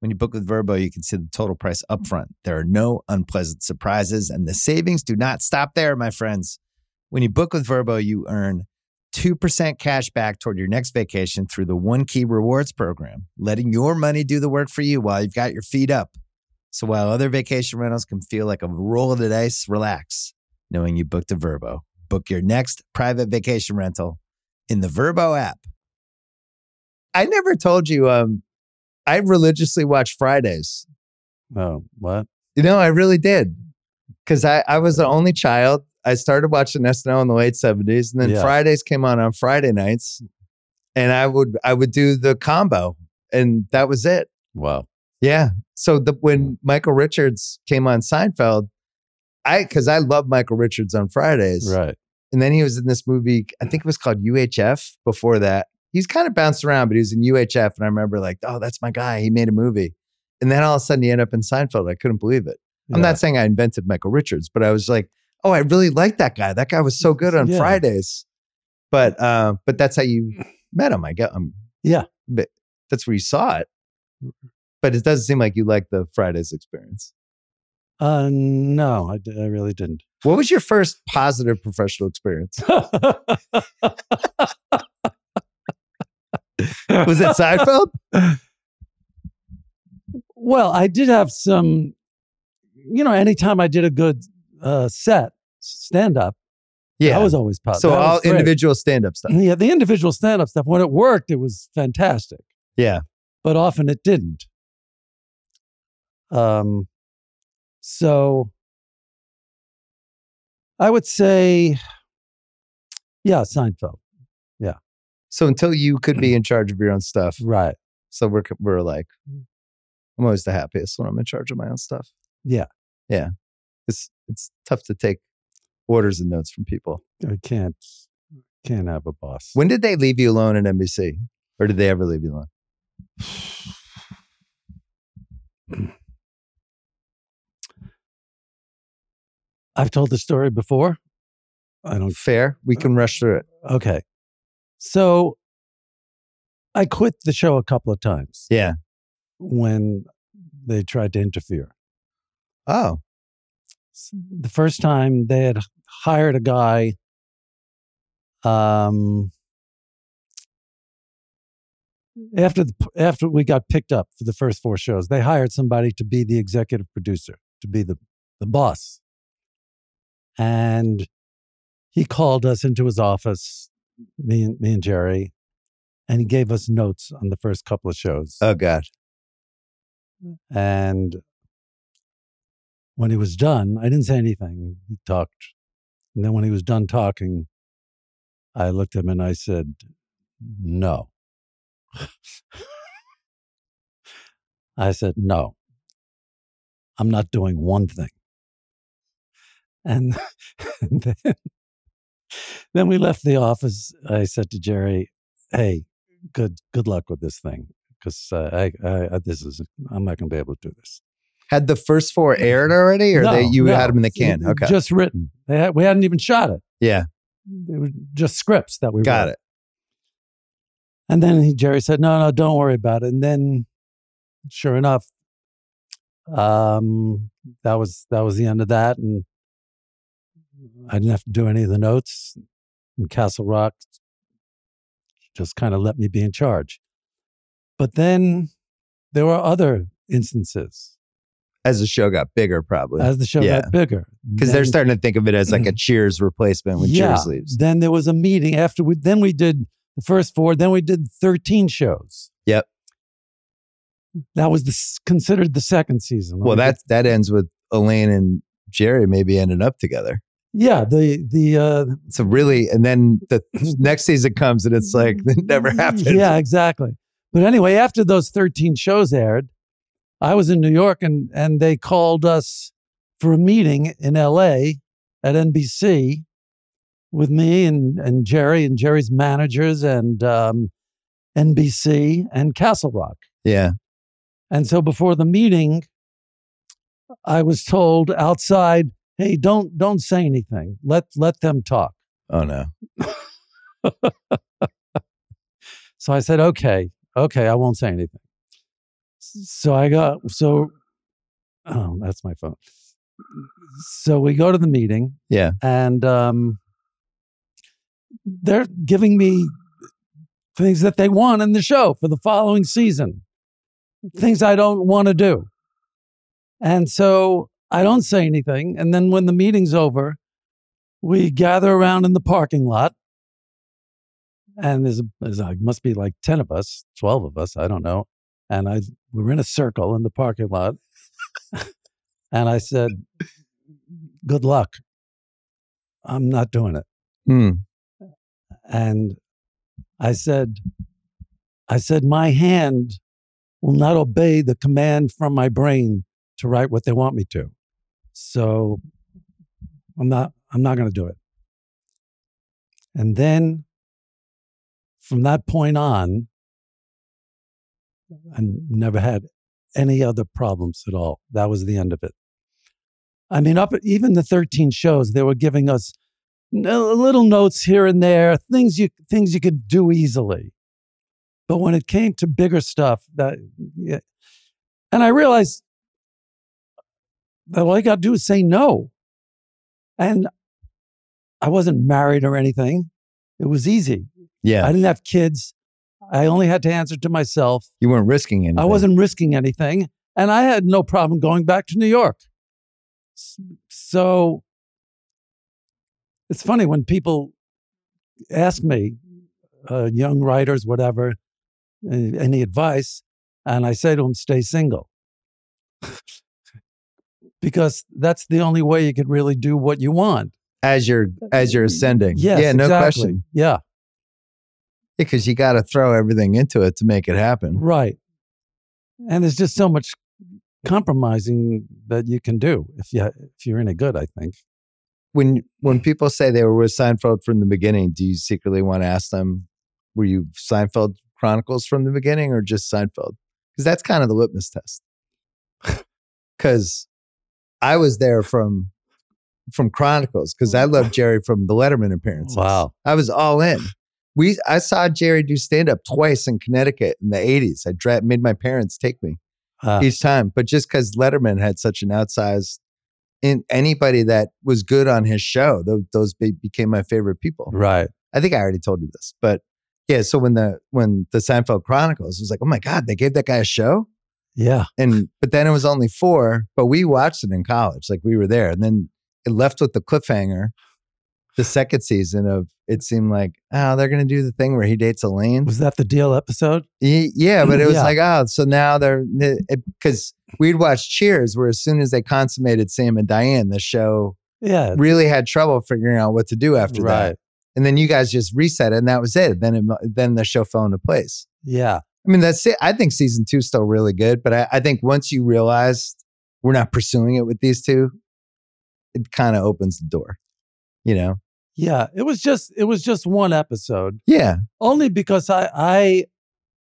Speaker 1: when you book with Verbo, you can see the total price upfront. There are no unpleasant surprises, and the savings do not stop there, my friends. When you book with Verbo, you earn 2% cash back toward your next vacation through the One Key Rewards program, letting your money do the work for you while you've got your feet up. So while other vacation rentals can feel like a roll of the dice, relax knowing you booked a Verbo. Book your next private vacation rental in the Verbo app. I never told you um I religiously watch Fridays.
Speaker 2: Oh, what?
Speaker 1: You know, I really did. Cause I, I was the only child. I started watching SNL in the late seventies and then
Speaker 2: Yeah.
Speaker 1: Fridays came on on Friday nights. And I would I would do the combo and that was it.
Speaker 2: Wow.
Speaker 1: Yeah. So the, when Michael Richards came on Seinfeld, I because I love Michael Richards on Fridays,
Speaker 2: Right.
Speaker 1: and then he was in this movie. I think it was called UHF. Before that, he's kind of bounced around, but he was in UHF, and I remember like, oh, that's my guy. He made a movie, and then all of a sudden he ended up in Seinfeld. I couldn't believe it. I'm
Speaker 2: Yeah.
Speaker 1: not saying I invented Michael Richards, but I was like, oh, I really like that guy. That guy was so good on
Speaker 2: Yeah.
Speaker 1: Fridays. But uh, but that's how you met him. I guess. Um,
Speaker 2: Yeah.
Speaker 1: But that's where you saw it. But it doesn't seem like you liked the Fridays experience.
Speaker 2: Uh, no, I, d- I really didn't.
Speaker 1: What was your first positive professional experience? Was it Seinfeld?
Speaker 2: Well, I did have some, you know, anytime I did a good uh, set, stand up,
Speaker 1: Yeah.
Speaker 2: that was always possible.
Speaker 1: so all individual stand-up stuff.
Speaker 2: Yeah, the individual stand up stuff, when it worked, it was fantastic,
Speaker 1: Yeah.
Speaker 2: but often it didn't. Um, so I would say, yeah, Seinfeld.
Speaker 1: So until you could be in charge of your own stuff,
Speaker 2: Right.
Speaker 1: so we're we're like,
Speaker 2: Mm-hmm.
Speaker 1: I'm always the happiest when I'm in charge of my own stuff.
Speaker 2: Yeah.
Speaker 1: yeah. It's it's tough to take orders and notes from people.
Speaker 2: I can't can't have a boss.
Speaker 1: When did they leave you alone at NBC, or did they ever leave you alone?
Speaker 2: I've told the story before. I don't
Speaker 1: Fair. We can rush through it.
Speaker 2: Okay. So I quit the show a couple of times
Speaker 1: Yeah.
Speaker 2: when they tried to interfere.
Speaker 1: Oh.
Speaker 2: S- The first time they had hired a guy um after the, p- after we got picked up for the first four shows, they hired somebody to be the executive producer, to be the the boss. And he called us into his office, me and me and Jerry, and he gave us notes on the first couple of shows.
Speaker 1: Oh God.
Speaker 2: And when he was done, I didn't say anything. He talked. And then when he was done talking, I looked at him and I said, No. I said, No. I'm not doing one thing. And, and then, then we left the office. I said to Jerry, Hey, good good luck with this thing because uh, I, I, I this is I'm not going to be able to do this.
Speaker 1: Had the first four aired already, or
Speaker 2: Mm-hmm. No,
Speaker 1: they you
Speaker 2: no.
Speaker 1: had them in the can?
Speaker 2: It- it
Speaker 1: Okay.
Speaker 2: just written. They had, we hadn't even shot it.
Speaker 1: yeah.
Speaker 2: They were just scripts that we
Speaker 1: Got
Speaker 2: wrote.
Speaker 1: it.
Speaker 2: And then he, Jerry said, "No, no, don't worry about it." And then, sure enough, um, that was that was the end of that, and I didn't have to do any of the notes. And Castle Rock just kind of let me be in charge. But then there were other instances
Speaker 1: As the show got bigger, probably.
Speaker 2: as Mm-hmm. the show
Speaker 1: Yeah.
Speaker 2: got bigger
Speaker 1: because they're
Speaker 2: Then-
Speaker 1: starting to think of it as like a Cheers replacement when Cheers leaves.
Speaker 2: Then there was a meeting after we then we did the first four, then we did 13 shows.
Speaker 1: Yep.
Speaker 2: That was the, s- considered the second season.
Speaker 1: Well, that that ends with Elaine and Jerry maybe ending up together.
Speaker 2: yeah, the the uh
Speaker 1: So really, and then the next season comes and it's like it never happened.
Speaker 2: Yeah, exactly. But anyway, after those 13 shows aired, I was in New York and and they called us for a meeting in LA at NBC with me and and Jerry and Jerry's managers and um NBC and Castle Rock.
Speaker 1: yeah.
Speaker 2: And so before the meeting, I was told outside, "Hey, don't don't say anything. Let let them talk."
Speaker 1: Oh no.
Speaker 2: So I said, "Okay, okay, I won't say anything." S- So I got so oh, that's my phone. So we go to the meeting.
Speaker 1: Yeah.
Speaker 2: And um they're giving me things that they want in the show for the following season. Things I don't want to do. And so I don't say anything. And then when the meeting's over, we gather around in the parking lot. And there's, there's like, must be like 10 of us, 12 of us, I don't know. And I we're in a circle in the parking lot. and I said, Good luck. I'm not doing it.
Speaker 1: Hmm.
Speaker 2: And I said, I said, my hand will not obey the command from my brain to write what they want me to. So I'm not, I'm not going to do it. And then from that point on, I never had any other problems at all. That was the end of it. I mean, up at even the 13 shows, they were giving us n- uh, little notes here and there, things you things you could do easily. But when it came to bigger stuff, that yeah. and I realized that all you got to do is say no. And I wasn't married or anything. It was easy.
Speaker 1: Yeah.
Speaker 2: I didn't have kids. I only had to answer to myself.
Speaker 1: you weren't risking anything.
Speaker 2: I wasn't risking anything, and I had no problem going back to New York. S- So it's funny when people ask me, uh, young writers, whatever, uh, any advice, and I say to them, stay single. because that's the only way you could really do what you want.
Speaker 1: as you're as you're ascending.
Speaker 2: Yes,
Speaker 1: yeah, no
Speaker 2: exactly.
Speaker 1: question.
Speaker 2: Yeah,
Speaker 1: Because you got to throw everything into it to make it happen.
Speaker 2: right. And there's just so much compromising that you can do if you if you're any good, I think.
Speaker 1: When when people say they were with Seinfeld from the beginning, do you secretly want to ask them, were you Seinfeld Chronicles from the beginning or just Seinfeld? Because that's kind of the litmus test. Because I was there from from Chronicles because I loved Jerry from the Letterman appearances.
Speaker 2: Wow.
Speaker 1: I was all in. We I saw Jerry do stand up twice in Connecticut in the 80s. I dra- made my parents take me.
Speaker 2: Uh,
Speaker 1: each time. But just because Letterman had such an outsized, in anybody that was good on his show, tho- those be, became my favorite people.
Speaker 2: right.
Speaker 1: I think I already told you this, but yeah. So when the when the Seinfeld Chronicles was like, oh my god, they gave that guy a show,
Speaker 2: Yeah.
Speaker 1: and but then it was only four. But we watched it in college, like we were there, and then it left with the cliffhanger. The second season of it seemed like oh they're gonna do the thing where he dates Elaine.
Speaker 2: Was that the deal episode?
Speaker 1: Y- Yeah, but it was
Speaker 2: Yeah.
Speaker 1: like, oh, so now they're because we'd watch Cheers, where as soon as they consummated Sam and Diane, the show
Speaker 2: Yeah.
Speaker 1: really had trouble figuring out what to do after that. And then you guys just reset it, and that was it. Then it, then the show fell into place.
Speaker 2: Yeah.
Speaker 1: I mean, that's it. I think season two's still really good, but I, I think once you realize we're not pursuing it with these two, it kind of opens the door. You know?
Speaker 2: Yeah. It was just it was just one episode.
Speaker 1: Yeah,
Speaker 2: Only because I I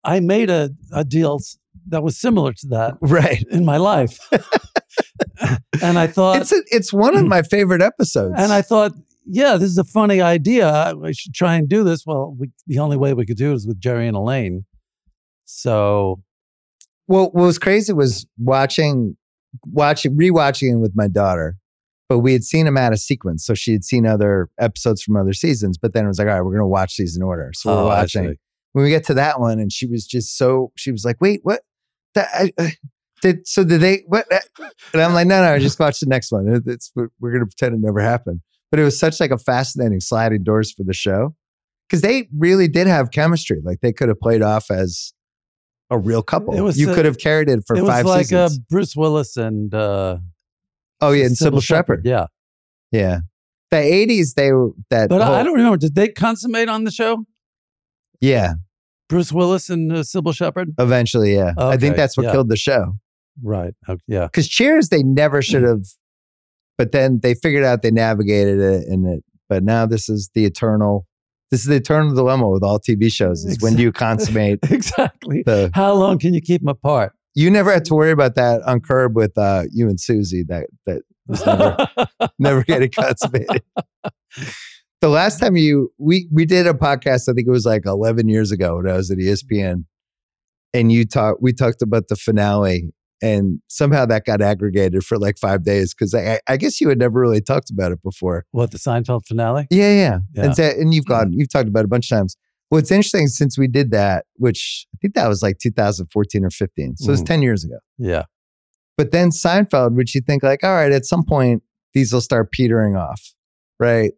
Speaker 2: I made a, a deal s- that was similar to that
Speaker 1: right.
Speaker 2: in my life. and I thought
Speaker 1: It's a, it's one of my favorite episodes.
Speaker 2: and I thought, yeah, this is a funny idea. I we should try and do this. Well, we, the only way we could do it is with Jerry and Elaine. So
Speaker 1: Well, what was crazy was watching, watching, rewatching it with my daughter, but we had seen them out of sequence, so she had seen other episodes from other seasons. But then it was like, all right, we're gonna watch these in order. So we're
Speaker 2: Oh, I
Speaker 1: watching.
Speaker 2: see.
Speaker 1: When we get to that one, and she was just so she was like, wait, what? That, I, uh, did, so did they? What? uh," And I'm like, no, no, just watch the next one. It- It's we're we're gonna pretend it never happened. But it was such like a fascinating sliding doors for the show because they really did have chemistry. Like they could have played off as a real couple.
Speaker 2: It was,
Speaker 1: you
Speaker 2: uh,
Speaker 1: could have carried it for
Speaker 2: it was
Speaker 1: five
Speaker 2: like uh,
Speaker 1: seasons.
Speaker 2: Bruce Willis and uh,
Speaker 1: oh yeah, and Sybil
Speaker 2: Shepherd.
Speaker 1: Shepherd.
Speaker 2: Yeah.
Speaker 1: Yeah. the '80s they were that.
Speaker 2: But I I
Speaker 1: whole-
Speaker 2: don't remember. Did they consummate on the show?
Speaker 1: Yeah,
Speaker 2: Bruce Willis and uh, Sybil Shepherd?
Speaker 1: eventually, yeah. I think
Speaker 2: Okay,
Speaker 1: that's what
Speaker 2: yeah.
Speaker 1: killed the show.
Speaker 2: Right. Okay, yeah.
Speaker 1: Because Cheers, they never should have. But then they figured out they navigated it, and it. But now this is the eternal. This is the eternal dilemma with all TV shows: is when do you consummate
Speaker 2: Exactly.
Speaker 1: the?
Speaker 2: How long can you keep them apart?
Speaker 1: You never had to worry about that on Curb with uh, you and Susie. That that was never never getting consummated. the last time you we we did a podcast, I think it was like eleven years ago when I was at E ESPN, and you talked we talked about the finale, and somehow that got aggregated for like five days because I I guess you had never really talked about it before.
Speaker 2: what, the Seinfeld finale?
Speaker 1: Yeah, yeah,
Speaker 2: Yeah.
Speaker 1: and so, and you've gone you've talked about it a bunch of times. What's interesting since we did that, which I think that was like 2014 or 15, so it's
Speaker 2: Mhm.
Speaker 1: 10 years ago
Speaker 2: Yeah.
Speaker 1: But then Seinfeld, which you think like, all right, at some point these will start petering off, right?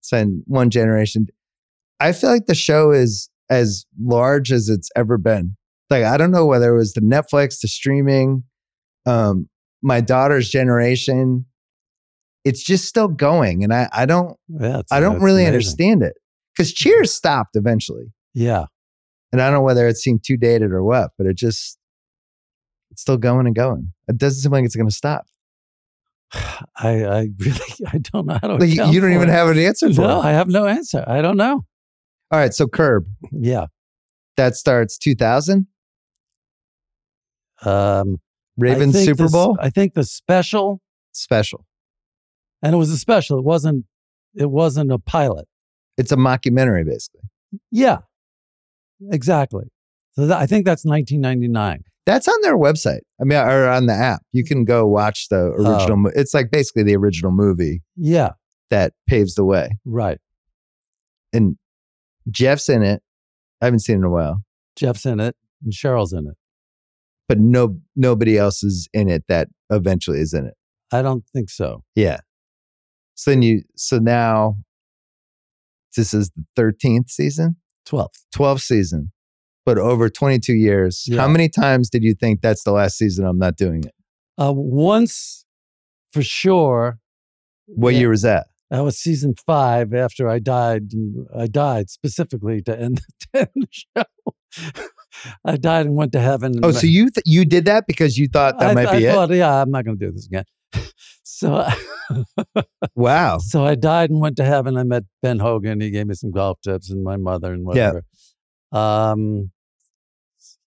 Speaker 1: So in one generation, I feel like the show is as large as it's ever been. Like I don't know whether it was the Netflix, the streaming, um, my daughter's generation. It's just still going, and I I don't
Speaker 2: Yeah, it's- uh,
Speaker 1: I don't
Speaker 2: it's
Speaker 1: really
Speaker 2: amazing.
Speaker 1: understand it because Cheers stopped eventually,
Speaker 2: Yeah,
Speaker 1: and I don't know whether it seemed too dated or what, but it just it's still going and going. It doesn't seem like it's going to stop.
Speaker 2: I, I really, I don't know how to.
Speaker 1: Like, you
Speaker 2: account
Speaker 1: you don't
Speaker 2: for
Speaker 1: even
Speaker 2: it.
Speaker 1: have an answer for
Speaker 2: No,
Speaker 1: it.
Speaker 2: I have no answer. I don't know.
Speaker 1: All right, so Curb
Speaker 2: Yeah.
Speaker 1: that starts 2000
Speaker 2: Um, I
Speaker 1: Ravens
Speaker 2: think
Speaker 1: Super
Speaker 2: this-
Speaker 1: Bowl
Speaker 2: I think the special,
Speaker 1: special.
Speaker 2: and it was a special. It wasn't. It wasn't a pilot.
Speaker 1: It's a mockumentary basically.
Speaker 2: Yeah. Exactly. So that, I think that's 1999.
Speaker 1: That's on their website. I mean, or on the app. You can go watch the
Speaker 2: Oh.
Speaker 1: original. mo- It's like basically the original movie
Speaker 2: Yeah.
Speaker 1: that paves the way.
Speaker 2: Right.
Speaker 1: And Jeff's in it. I haven't seen it in a while,
Speaker 2: Jeff's in it and Cheryl's in it.
Speaker 1: but no, nobody else is in it that eventually is in it.
Speaker 2: I don't think so.
Speaker 1: Yeah. So then you, so now this is the 13th season,
Speaker 2: 12th.
Speaker 1: 12th season, but over 22 years.
Speaker 2: Yeah.
Speaker 1: How many times did you think that's the last season? I'm not doing it.
Speaker 2: Uh, once for sure.
Speaker 1: What
Speaker 2: Yeah.
Speaker 1: year was that?
Speaker 2: That was season five after I died. and I died specifically to end the, end the show. I died and went to heaven.
Speaker 1: Oh,
Speaker 2: and
Speaker 1: so you th- you did that because you thought that
Speaker 2: I,
Speaker 1: might
Speaker 2: I
Speaker 1: be it?
Speaker 2: thought, yeah, I'm not going to do this again. so,
Speaker 1: Wow.
Speaker 2: so I died and went to heaven. I met Ben Hogan. He gave me some golf tips and my mother and
Speaker 1: Yeah.
Speaker 2: whatever. Um,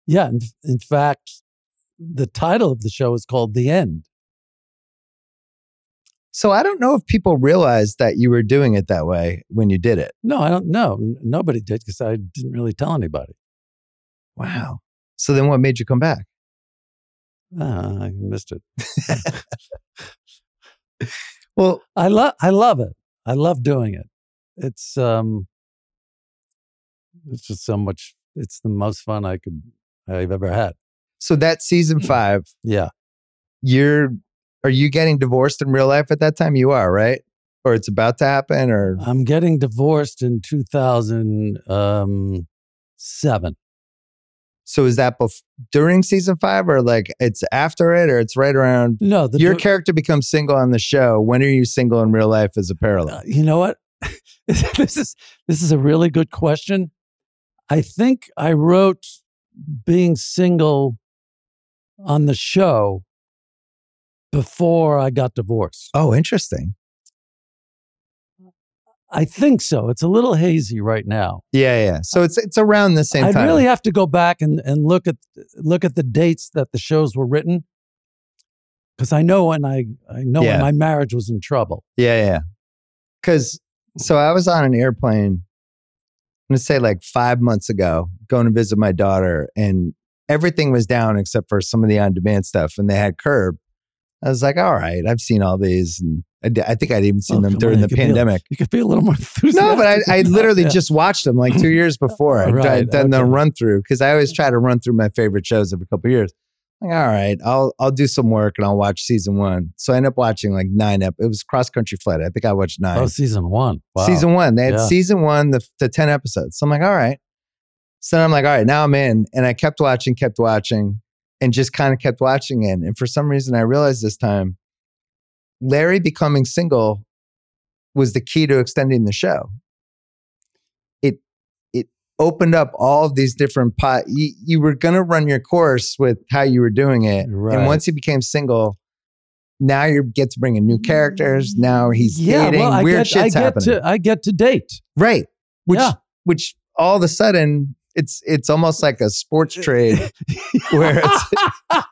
Speaker 2: yeah. In, in fact, the title of the show is called The End.
Speaker 1: So I don't know if people realized that you were doing it that way when you did it.
Speaker 2: No, I don't know. N- Nobody did because I didn't really tell anybody.
Speaker 1: Wow. So then what made you come back?
Speaker 2: Ah, I missed it.
Speaker 1: Well,
Speaker 2: I love I love it. I love doing it. It's um it's just so much it's the most fun I could I've ever had.
Speaker 1: so that season
Speaker 2: hmm.
Speaker 1: 5,
Speaker 2: Yeah.
Speaker 1: you're are you getting divorced in real life at that time? You are, right? Or it's about to happen or
Speaker 2: I'm getting divorced in um, 2007.
Speaker 1: so is that bef- during season 5 or like it's after it or it's right around
Speaker 2: No, the
Speaker 1: your
Speaker 2: di-
Speaker 1: character becomes single on the show. When are you single in real life as a parallel?
Speaker 2: Uh, you know what? this is this is a really good question. I think I wrote being single on the show before I got divorced.
Speaker 1: Oh, interesting.
Speaker 2: I think so. It's a little hazy right now.
Speaker 1: Yeah, yeah. So it's it's around the same
Speaker 2: I'd
Speaker 1: time.
Speaker 2: really have to go back and, and look at look at the dates that the shows were written. Because I know when I, I know
Speaker 1: Yeah.
Speaker 2: when my marriage was in trouble.
Speaker 1: Yeah, yeah. Because so I was on an airplane. I'm gonna say like five months ago, going to visit my daughter, and everything was down except for some of the on-demand stuff, and they had Curb. I was like, all right, I've seen all these, and I, d- I think I'd even seen
Speaker 2: Oh,
Speaker 1: them
Speaker 2: come
Speaker 1: during
Speaker 2: on,
Speaker 1: the
Speaker 2: you could be a-
Speaker 1: pandemic.
Speaker 2: You could be a little more enthusiastic.
Speaker 1: No, but I, I
Speaker 2: than that.
Speaker 1: literally
Speaker 2: Yeah.
Speaker 1: just watched them like two years before. I'd,
Speaker 2: Right,
Speaker 1: I'd done the
Speaker 2: okay.
Speaker 1: run through because I always try to run through my favorite shows every couple of years. Like, all right, I'll I'll do some work and I'll watch season one. So I end up watching like nine ep. It was cross country flight. I think I watched nine.
Speaker 2: oh season one. Wow.
Speaker 1: Season one. They had
Speaker 2: Yeah.
Speaker 1: season one, the, the 10 episodes. So I'm like, all right. So then I'm like, all right, now I'm in. And I kept watching, kept watching, and just kind of kept watching it. And for some reason, I realized this time Larry becoming single was the key to extending the show. It it opened up all of these different pot. You, you were going to run your course with how you were doing it. And
Speaker 2: Right.
Speaker 1: once he became single, now you get to bring in new characters. Now he's
Speaker 2: yeah,
Speaker 1: dating.
Speaker 2: well, I
Speaker 1: Weird
Speaker 2: get,
Speaker 1: shit's
Speaker 2: I get
Speaker 1: happening.
Speaker 2: To, I get to date.
Speaker 1: Right. Which
Speaker 2: Yeah.
Speaker 1: which all of a sudden it's it's almost like a sports trade where it's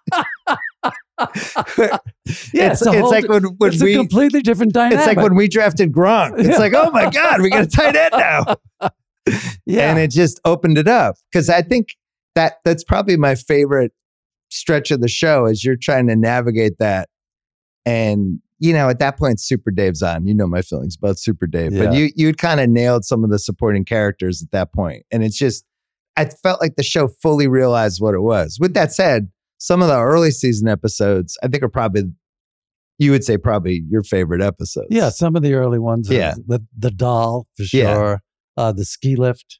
Speaker 2: yeah,
Speaker 1: it's,
Speaker 2: a
Speaker 1: it's
Speaker 2: whole
Speaker 1: like
Speaker 2: di-
Speaker 1: when, when
Speaker 2: it's
Speaker 1: we
Speaker 2: a completely different dynamic.
Speaker 1: it's like when we drafted Gronk. It's
Speaker 2: Yeah.
Speaker 1: like, oh my God, we got a tight end now.
Speaker 2: yeah.
Speaker 1: And it just opened it up. Cause I think that that's probably my favorite stretch of the show is you're trying to navigate that. And you know, at that point Super Dave's on. You know my feelings about Super Dave. But
Speaker 2: Yeah.
Speaker 1: you you'd kind of nailed some of the supporting characters at that point. And it's just I felt like the show fully realized what it was. With that said, some of the early season episodes, I think, are probably you would say probably your favorite episodes.
Speaker 2: Yeah, some of the early ones. uh,
Speaker 1: Yeah.
Speaker 2: The, the doll, for sure.
Speaker 1: Yeah.
Speaker 2: Uh, the ski lift.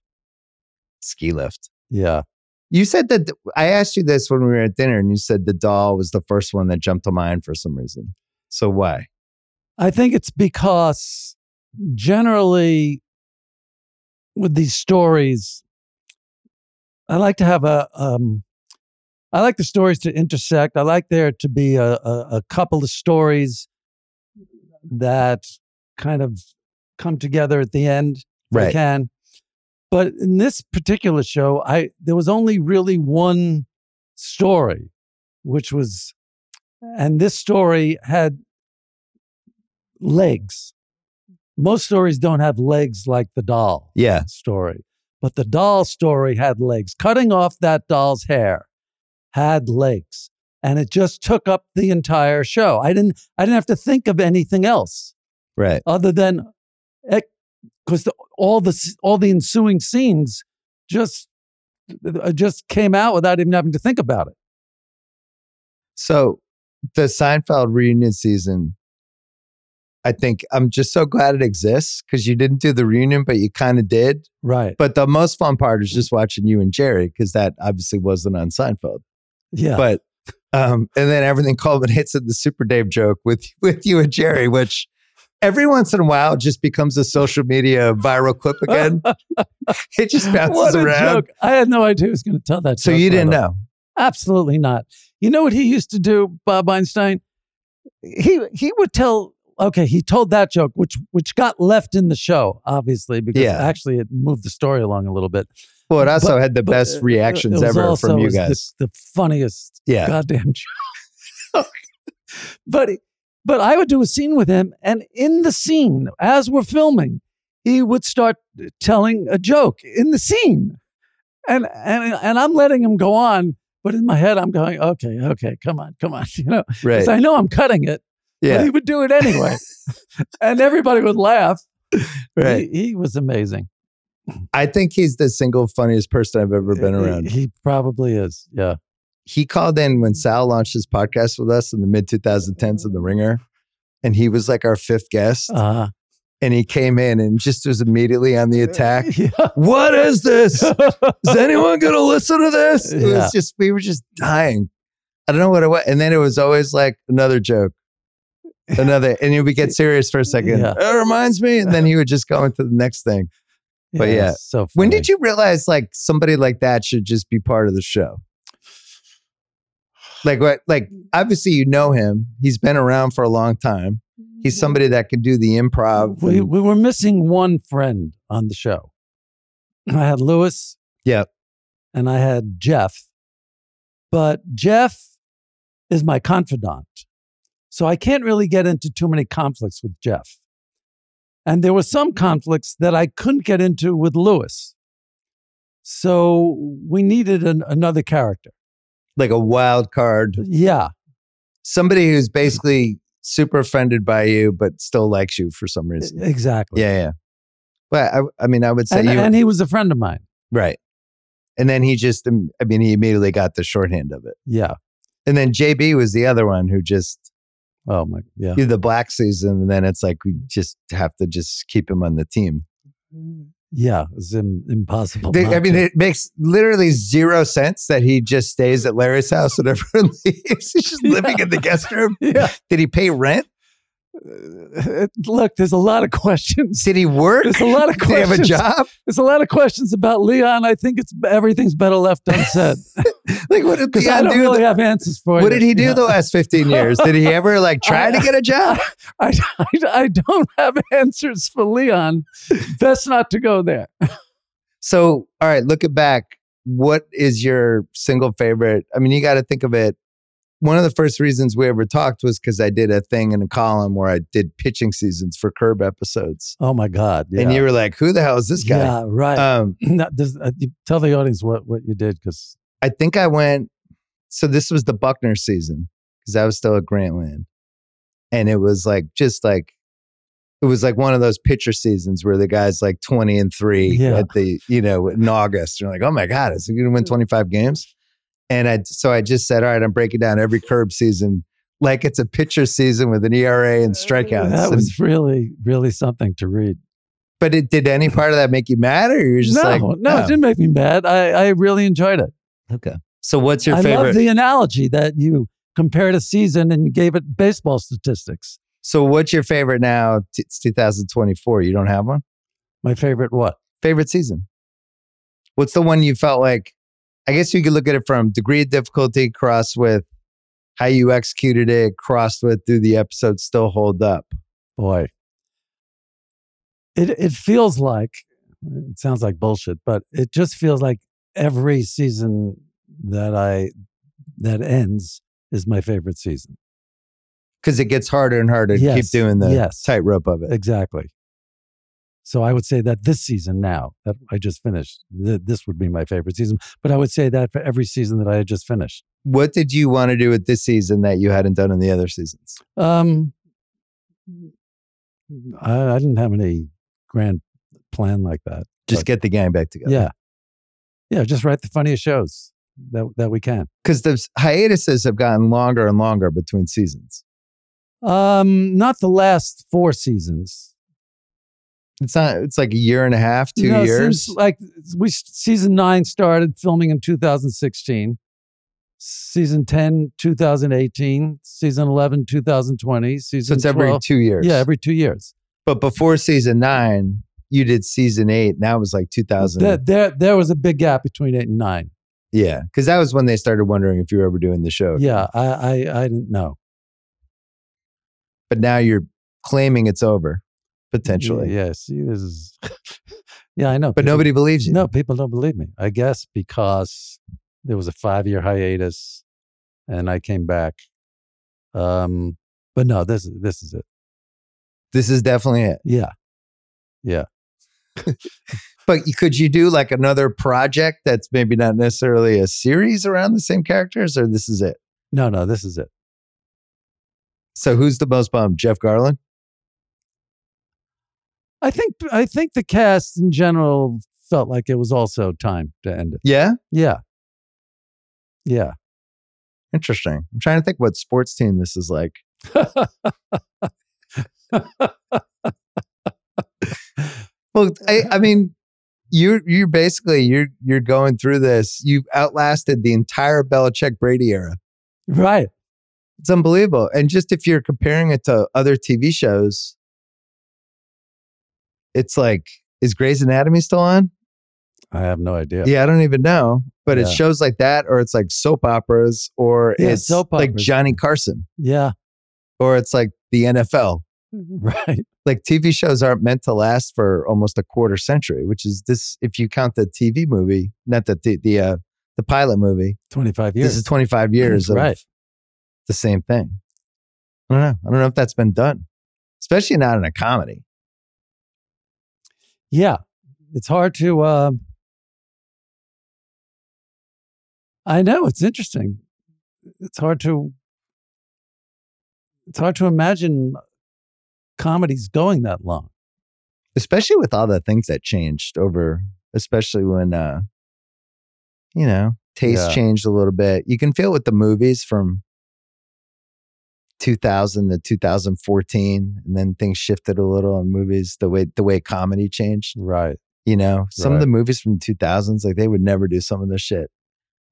Speaker 1: ski lift.
Speaker 2: Yeah.
Speaker 1: You said that I asked you this when we were at dinner, and you said the doll was the first one that jumped to mind for some reason. So why?
Speaker 2: I think it's because generally with these stories, I like to have a, um, I like the stories to intersect. I like there to be a, a, a couple of stories that kind of come together at the end. if I can. But in this particular show, I there was only really one story, which was, and this story had legs. Most stories don't have legs like the doll
Speaker 1: Yeah.
Speaker 2: story, but the doll story had legs. Cutting off that doll's hair had legs, and it just took up the entire show. I didn't I didn't have to think of anything else
Speaker 1: Right.
Speaker 2: other than because the, all the s- all the ensuing scenes just uh, just came out without even having to think about it.
Speaker 1: So the Seinfeld reunion season, I think I'm just so glad it exists because you didn't do the reunion, but you kind of did.
Speaker 2: Right.
Speaker 1: But the most fun part is just watching you and Jerry because that obviously wasn't on Seinfeld.
Speaker 2: Yeah.
Speaker 1: But um, and then everything culminates in the Super Dave joke with with you and Jerry, which every once in a while just becomes a social media viral clip again. it just bounces
Speaker 2: what a
Speaker 1: around.
Speaker 2: joke! I had no idea he was going to tell that.
Speaker 1: So
Speaker 2: joke,
Speaker 1: you
Speaker 2: by
Speaker 1: didn't
Speaker 2: the way.
Speaker 1: know.
Speaker 2: Absolutely not. You know what he used to do, Bob Einstein? He he would tell okay, he told that joke, which which got left in the show, obviously, because
Speaker 1: Yeah.
Speaker 2: actually it moved the story along a little bit.
Speaker 1: Well, it also
Speaker 2: But-
Speaker 1: had the
Speaker 2: but, uh,
Speaker 1: best
Speaker 2: it- it
Speaker 1: reactions
Speaker 2: was
Speaker 1: ever
Speaker 2: also
Speaker 1: from you
Speaker 2: was the-
Speaker 1: guys.
Speaker 2: The, funniest
Speaker 1: yeah.
Speaker 2: goddamn joke. but but I would do a scene with him, and in the scene, as we're filming, he would start telling a joke in the scene, and and and I'm letting him go on, but in my head I'm going, okay, okay, come on, come on, you know, 'cause
Speaker 1: Right.
Speaker 2: I know I'm cutting it, but
Speaker 1: yeah.
Speaker 2: he would do it anyway, and everybody would laugh.
Speaker 1: Right.
Speaker 2: He, he was amazing.
Speaker 1: I think he's the single funniest person I've ever been
Speaker 2: He-
Speaker 1: around.
Speaker 2: He, probably is. Yeah.
Speaker 1: he called in when Sal launched his podcast with us in the mid 2010s in The Ringer. And he was like our fifth guest.
Speaker 2: Uh,
Speaker 1: And he came in and just was immediately on the attack.
Speaker 2: yeah.
Speaker 1: What is this? Is anyone going to listen to this? It
Speaker 2: Yeah.
Speaker 1: was just, we were just dying. I don't know what it was. And then it was always like another joke, another. And he would get serious for a second.
Speaker 2: Yeah.
Speaker 1: It reminds me. And then he would just go into the next thing. But yeah.
Speaker 2: So
Speaker 1: When
Speaker 2: funny.
Speaker 1: did you realize like somebody like that should just be part of the show? Like what like obviously you know him. He's been around for a long time. He's somebody that can do the improv.
Speaker 2: we,
Speaker 1: and-
Speaker 2: we were missing one friend on the show. I had Lewis.
Speaker 1: Yep.
Speaker 2: And I had Jeff. But Jeff is my confidant. So I can't really get into too many conflicts with Jeff. And there were some conflicts that I couldn't get into with Lewis. So we needed an, another character.
Speaker 1: like a wild card.
Speaker 2: Yeah.
Speaker 1: Somebody who's basically super offended by you but still likes you for some reason.
Speaker 2: Exactly.
Speaker 1: Yeah, yeah. But I, I mean I would say
Speaker 2: And,
Speaker 1: you
Speaker 2: and he was a friend of mine.
Speaker 1: right. And then he just um, I mean he immediately got the shorthand of it.
Speaker 2: Yeah.
Speaker 1: And then JB was the other one who just
Speaker 2: Oh my. Yeah.
Speaker 1: do the black season, and then it's like we just have to just keep him on the team.
Speaker 2: Yeah. It's im- impossible.
Speaker 1: They- I
Speaker 2: not
Speaker 1: mean,
Speaker 2: to.
Speaker 1: it makes literally zero sense that he just stays at Larry's house and everyone leaves. He's just living in the guest room.
Speaker 2: yeah.
Speaker 1: Did he pay rent?
Speaker 2: Uh, look, there's a lot of questions.
Speaker 1: Did he work?
Speaker 2: There's a lot of
Speaker 1: Did he have a
Speaker 2: questions.
Speaker 1: job?
Speaker 2: There's a lot of questions about Leon. I think it's everything's better left unsaid.
Speaker 1: Like, what did
Speaker 2: 'Cause I
Speaker 1: Leon
Speaker 2: don't
Speaker 1: do?
Speaker 2: really
Speaker 1: the-
Speaker 2: have answers for you.
Speaker 1: what did he do
Speaker 2: Yeah.
Speaker 1: the last 15 years? Did he ever like try to get a job?
Speaker 2: I, I, I don't have answers for Leon. Best not to go there.
Speaker 1: So, all right, looking back, what is your single favorite? I mean, you got to think of it. One of the first reasons we ever talked was because I did a thing in a column where I did pitching seasons for Curb episodes,
Speaker 2: Oh my God. Yeah.
Speaker 1: and you were like, "Who the hell is this guy?"
Speaker 2: Yeah, right.
Speaker 1: Um,
Speaker 2: No, does- uh, you- tell the audience what, what you did because
Speaker 1: I think I went. So this was the Buckner season because I was still at Grantland, and it was like just like it was like one of those pitcher seasons where the guys like twenty and three
Speaker 2: Yeah.
Speaker 1: Mm. at the you know in August. You're like, oh my god, is he going to win twenty five games? And I so I just said, all right, I'm breaking down every curb season like it's a pitcher season with an ERA and strikeouts.
Speaker 2: That
Speaker 1: And-
Speaker 2: was really, really something to read.
Speaker 1: but it, did any part of that make you mad, or you're just
Speaker 2: no,
Speaker 1: like,
Speaker 2: no, it
Speaker 1: oh,
Speaker 2: didn't make me mad. I, I really enjoyed it.
Speaker 1: okay. So what's your
Speaker 2: I
Speaker 1: favorite?
Speaker 2: love the analogy that you compared a season and you gave it baseball statistics.
Speaker 1: so what's your favorite now? T- It's 2024. You don't have one.
Speaker 2: My favorite what?
Speaker 1: Favorite season. What's the one you felt like? I guess you could look at it from degree of difficulty, cross with how you executed it, crossed with do the episodes still hold up?
Speaker 2: Boy. It it feels like it sounds like bullshit, but it just feels like every season that I that ends is my favorite season.
Speaker 1: Because it gets harder and harder to keep
Speaker 2: Yes,
Speaker 1: doing the
Speaker 2: yes.
Speaker 1: tightrope of it.
Speaker 2: Exactly. So I would say that this season now that I just finished, th- this would be my favorite season. But I would say that for every season that I had just finished.
Speaker 1: What did you want to do with this season that you hadn't done in the other seasons?
Speaker 2: Um, I, I didn't have any grand plan like that.
Speaker 1: Just
Speaker 2: But-
Speaker 1: get the gang back
Speaker 2: Yeah.
Speaker 1: together.
Speaker 2: yeah, Just write the funniest shows that that we can.
Speaker 1: because the hiatuses have gotten longer and longer between seasons.
Speaker 2: Um, not the last four seasons.
Speaker 1: It's not. It's like a year and a half, two
Speaker 2: No, it
Speaker 1: years.
Speaker 2: seems like we season nine started filming in 2016. Season 10, 2018. Season 11, 2020. Season
Speaker 1: so it's every
Speaker 2: 12
Speaker 1: two years.
Speaker 2: Yeah, every two years.
Speaker 1: but before season nine, you did season eight, and that was like two thousand.
Speaker 2: There, there, there was a big gap between eight and nine.
Speaker 1: yeah, because that was when they started wondering if you were ever doing the show.
Speaker 2: Yeah, I, I, I didn't know.
Speaker 1: but now you're claiming it's over, potentially.
Speaker 2: Yeah, see, this is. yeah, I know.
Speaker 1: But
Speaker 2: people-
Speaker 1: nobody believes you.
Speaker 2: No, people don't believe me. I guess because there was a five year hiatus and I came back. Um, but no, this is this is it.
Speaker 1: this is definitely it.
Speaker 2: Yeah.
Speaker 1: But you- could you do like another project that's maybe not necessarily a series around the same characters, or this is it?
Speaker 2: No, no, this is it.
Speaker 1: So who's the most bummed? Jeff Garland.
Speaker 2: I think I think the cast in general felt like it was also time to end it.
Speaker 1: Yeah.
Speaker 2: Yeah. Yeah.
Speaker 1: Interesting. I'm trying to think what sports team this is like. Well, I, I mean, you're you're basically you're you're going through this. You've outlasted the entire Belichick Brady era.
Speaker 2: Right.
Speaker 1: It's unbelievable. And just if you're comparing it to other TV shows, it's like is Grey's Anatomy still on?
Speaker 2: I have no idea.
Speaker 1: Yeah, I don't even know. But it's
Speaker 2: Yeah.
Speaker 1: shows like that, or it's like soap operas, or
Speaker 2: Yeah,
Speaker 1: it's
Speaker 2: soap
Speaker 1: like
Speaker 2: operas.
Speaker 1: Johnny Carson,
Speaker 2: Yeah.
Speaker 1: or it's like the NFL.
Speaker 2: Right.
Speaker 1: like TV shows aren't meant to last for almost a quarter century, which is this. If you count the TV movie, not the the the, uh, the pilot movie,
Speaker 2: 25 years.
Speaker 1: this is twenty five years of
Speaker 2: Right.
Speaker 1: the same thing. I don't know. I don't know if that's been done, especially not in a comedy.
Speaker 2: yeah it's hard to um i know it's interesting it's hard to it's hard to imagine comedies going that long
Speaker 1: especially with all the things that changed over especially when uh you know taste
Speaker 2: Yeah.
Speaker 1: changed a little bit you can feel with the movies from 2000 to 2014 and then things shifted a little in movies the way the way comedy changed
Speaker 2: right
Speaker 1: you know some of
Speaker 2: Right.
Speaker 1: the movies from the 2000s like they would never do some of the shit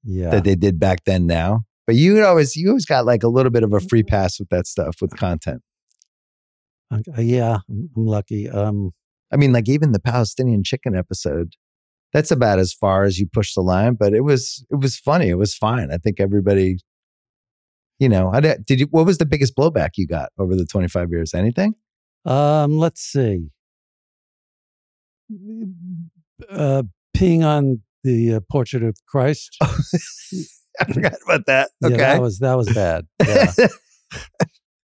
Speaker 2: yeah
Speaker 1: that they did back then now but you would always you always got like a little bit of a free pass with that stuff with content
Speaker 2: I- I- yeah i'm I'm lucky um
Speaker 1: I mean, like even the Palestinian chicken episode, that's about as far as you push the line. But it was it was funny. It was fine. I think everybody, you know, I did, did you, what was the biggest blowback you got over the twenty five years? Anything?
Speaker 2: um let's see uh peeing on the uh, portrait of christ
Speaker 1: I forgot about that.
Speaker 2: Yeah,
Speaker 1: Okay.
Speaker 2: that was that was bad yeah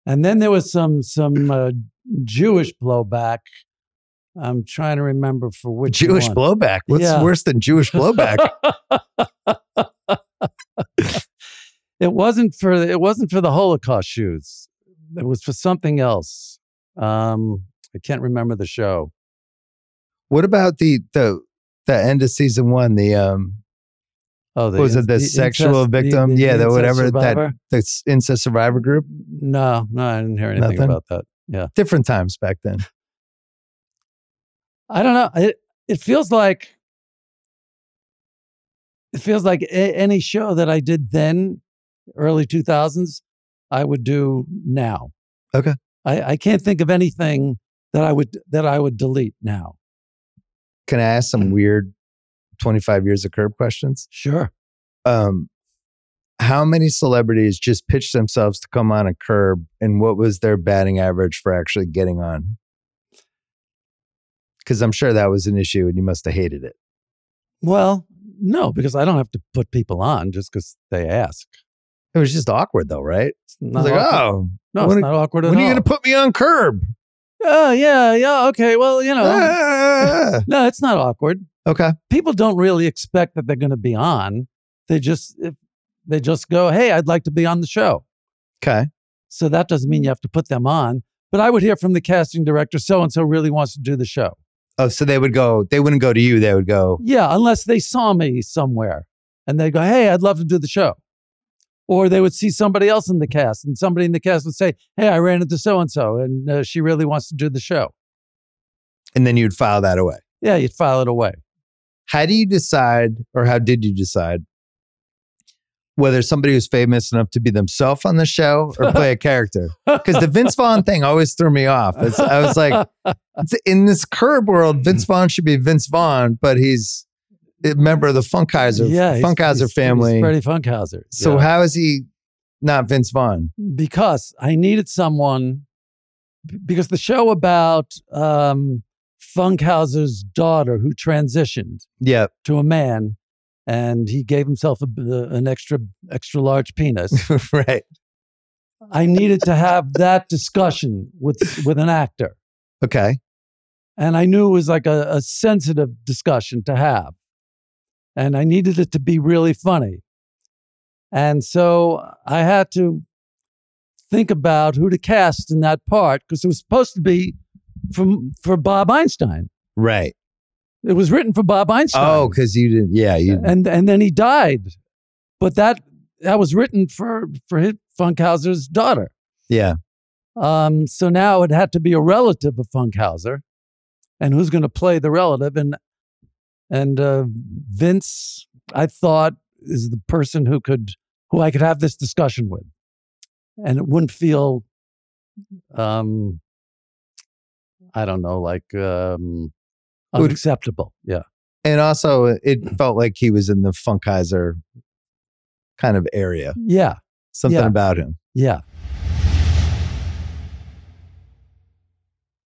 Speaker 2: And then there was some some uh, Jewish blowback. I'm trying to remember for which
Speaker 1: Jewish
Speaker 2: one.
Speaker 1: blowback. What's
Speaker 2: Yeah.
Speaker 1: worse than Jewish blowback?
Speaker 2: it wasn't for it wasn't for the Holocaust shoes. It was for something else. Um, I can't remember the show.
Speaker 1: what about the the the end of season one? The um,
Speaker 2: Oh,
Speaker 1: What was it, the sexual victim? Yeah, the
Speaker 2: incest
Speaker 1: whatever that-
Speaker 2: survivor?
Speaker 1: That's incest survivor group.
Speaker 2: No, no, I didn't hear anything
Speaker 1: Nothing?
Speaker 2: about that. Yeah,
Speaker 1: Different times back then.
Speaker 2: I don't know. It it feels like it feels like a, any show that I did then, early two thousands, I would do now.
Speaker 1: Okay.
Speaker 2: I, I can't think of anything that I would that I would delete now.
Speaker 1: Can I ask
Speaker 2: Mm.
Speaker 1: some weird 25 years of curb questions?
Speaker 2: Sure.
Speaker 1: Um, how many celebrities just pitched themselves to come on a curb and what was their batting average for actually getting on? Because I'm sure that was an issue and you must have hated it.
Speaker 2: Well, no, because I don't have to put people on just because they ask.
Speaker 1: It was just awkward though, right?
Speaker 2: It's
Speaker 1: I was
Speaker 2: not
Speaker 1: like,
Speaker 2: awkward.
Speaker 1: oh,
Speaker 2: no,
Speaker 1: when
Speaker 2: it's
Speaker 1: are-
Speaker 2: not awkward at
Speaker 1: when are you
Speaker 2: all.
Speaker 1: going to put me on curb?
Speaker 2: oh yeah, yeah, okay. Well, you know,
Speaker 1: Ah.
Speaker 2: no, it's not awkward.
Speaker 1: okay.
Speaker 2: people don't really expect that they're going to be on. They just if they just go, "Hey, I'd like to be on the show."
Speaker 1: Okay.
Speaker 2: So that doesn't
Speaker 1: Mm-hmm.
Speaker 2: mean you have to put them on. But I would hear from the casting director, so and so really wants to do the show.
Speaker 1: Oh, so they would go, they wouldn't go to you. They would go,
Speaker 2: Yeah, unless they saw me somewhere and they go, "Hey, I'd love to do the show," or they would see somebody else in the cast, and somebody in the cast would say, "Hey, I ran into so and so, and uh, she really wants to do the show."
Speaker 1: and then you'd file that away.
Speaker 2: Yeah, you'd file it away.
Speaker 1: How do you decide, or how did you decide, whether somebody was famous enough to be themselves on the show or play a character? Because the Vince Vaughn thing always threw me off. It's, I was like, it's- in this curb world, Vince Vaughn should be Vince Vaughn, but he's a member of the Funkheiser,
Speaker 2: he's-
Speaker 1: Funkheiser
Speaker 2: he's- he's
Speaker 1: family.
Speaker 2: Freddie Funkhauser.
Speaker 1: so
Speaker 2: yeah.
Speaker 1: how is he not Vince Vaughn?
Speaker 2: because I needed someone b- because the show about um, Funkhauser's daughter who transitioned
Speaker 1: Yeah.
Speaker 2: to a man and he gave himself a b- uh, an extra extra large penis.
Speaker 1: right.
Speaker 2: I needed to have that discussion with with an actor,
Speaker 1: Okay.
Speaker 2: and I knew it was like a, a sensitive discussion to have, and I needed it to be really funny, and so I had to think about who to cast in that part because it was supposed to be from for Bob Einstein.
Speaker 1: Right.
Speaker 2: It was written for Bob Einstein.
Speaker 1: Oh, because you didn't. Yeah. You,
Speaker 2: and and then he died, but that that was written for for his Funkhauser's daughter.
Speaker 1: yeah.
Speaker 2: Um, so now it had to be a relative of Funkhauser, and who's going to play the relative? And and uh, Vince, I thought, is the person who could who I could have this discussion with, and it wouldn't feel, um, I don't know, like um,
Speaker 1: Would-
Speaker 2: unacceptable. Yeah,
Speaker 1: And also, it felt like he was in the Funkheiser kind of area.
Speaker 2: yeah,
Speaker 1: Something
Speaker 2: Yeah.
Speaker 1: about him.
Speaker 2: yeah.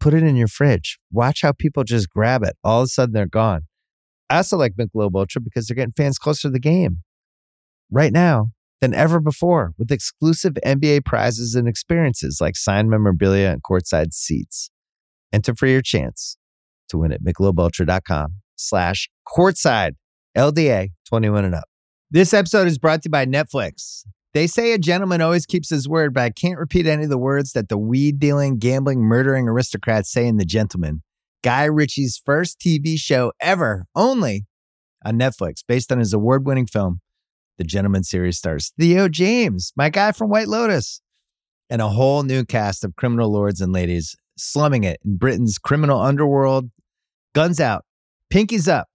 Speaker 1: put it in your fridge. Watch how people just grab it. All of a sudden, they're gone. I also like Michelob Ultra because they're getting fans closer to the game right now than ever before with exclusive NBA prizes and experiences like signed memorabilia and courtside seats. Enter for your chance to win at MichelobUltra.com slash courtside LDA 21 and up. This episode is brought to you by Netflix. They say a gentleman always keeps his word, but I can't repeat any of the words that the weed dealing, gambling, murdering aristocrats say in The Gentleman. Guy Ritchie's first TV show ever, only on Netflix, based on his award winning film, The Gentleman series stars Theo James, my guy from White Lotus, and a whole new cast of criminal lords and ladies slumming it in Britain's criminal underworld. Guns out, pinkies up.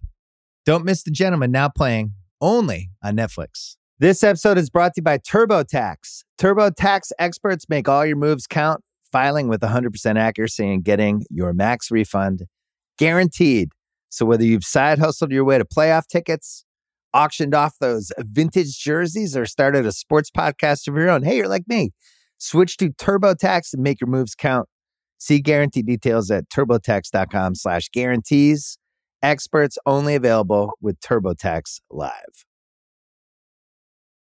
Speaker 1: Don't miss The Gentleman, now playing only on Netflix. This episode is brought to you by TurboTax. TurboTax experts make all your moves count, filing with 100% accuracy and getting your max refund guaranteed. So whether you've side hustled your way to playoff tickets, auctioned off those vintage jerseys, or started a sports podcast of your own, hey, you're like me. Switch to TurboTax and make your moves count. See guarantee details at turbotax.com slash guarantees. Experts only available with TurboTax Live.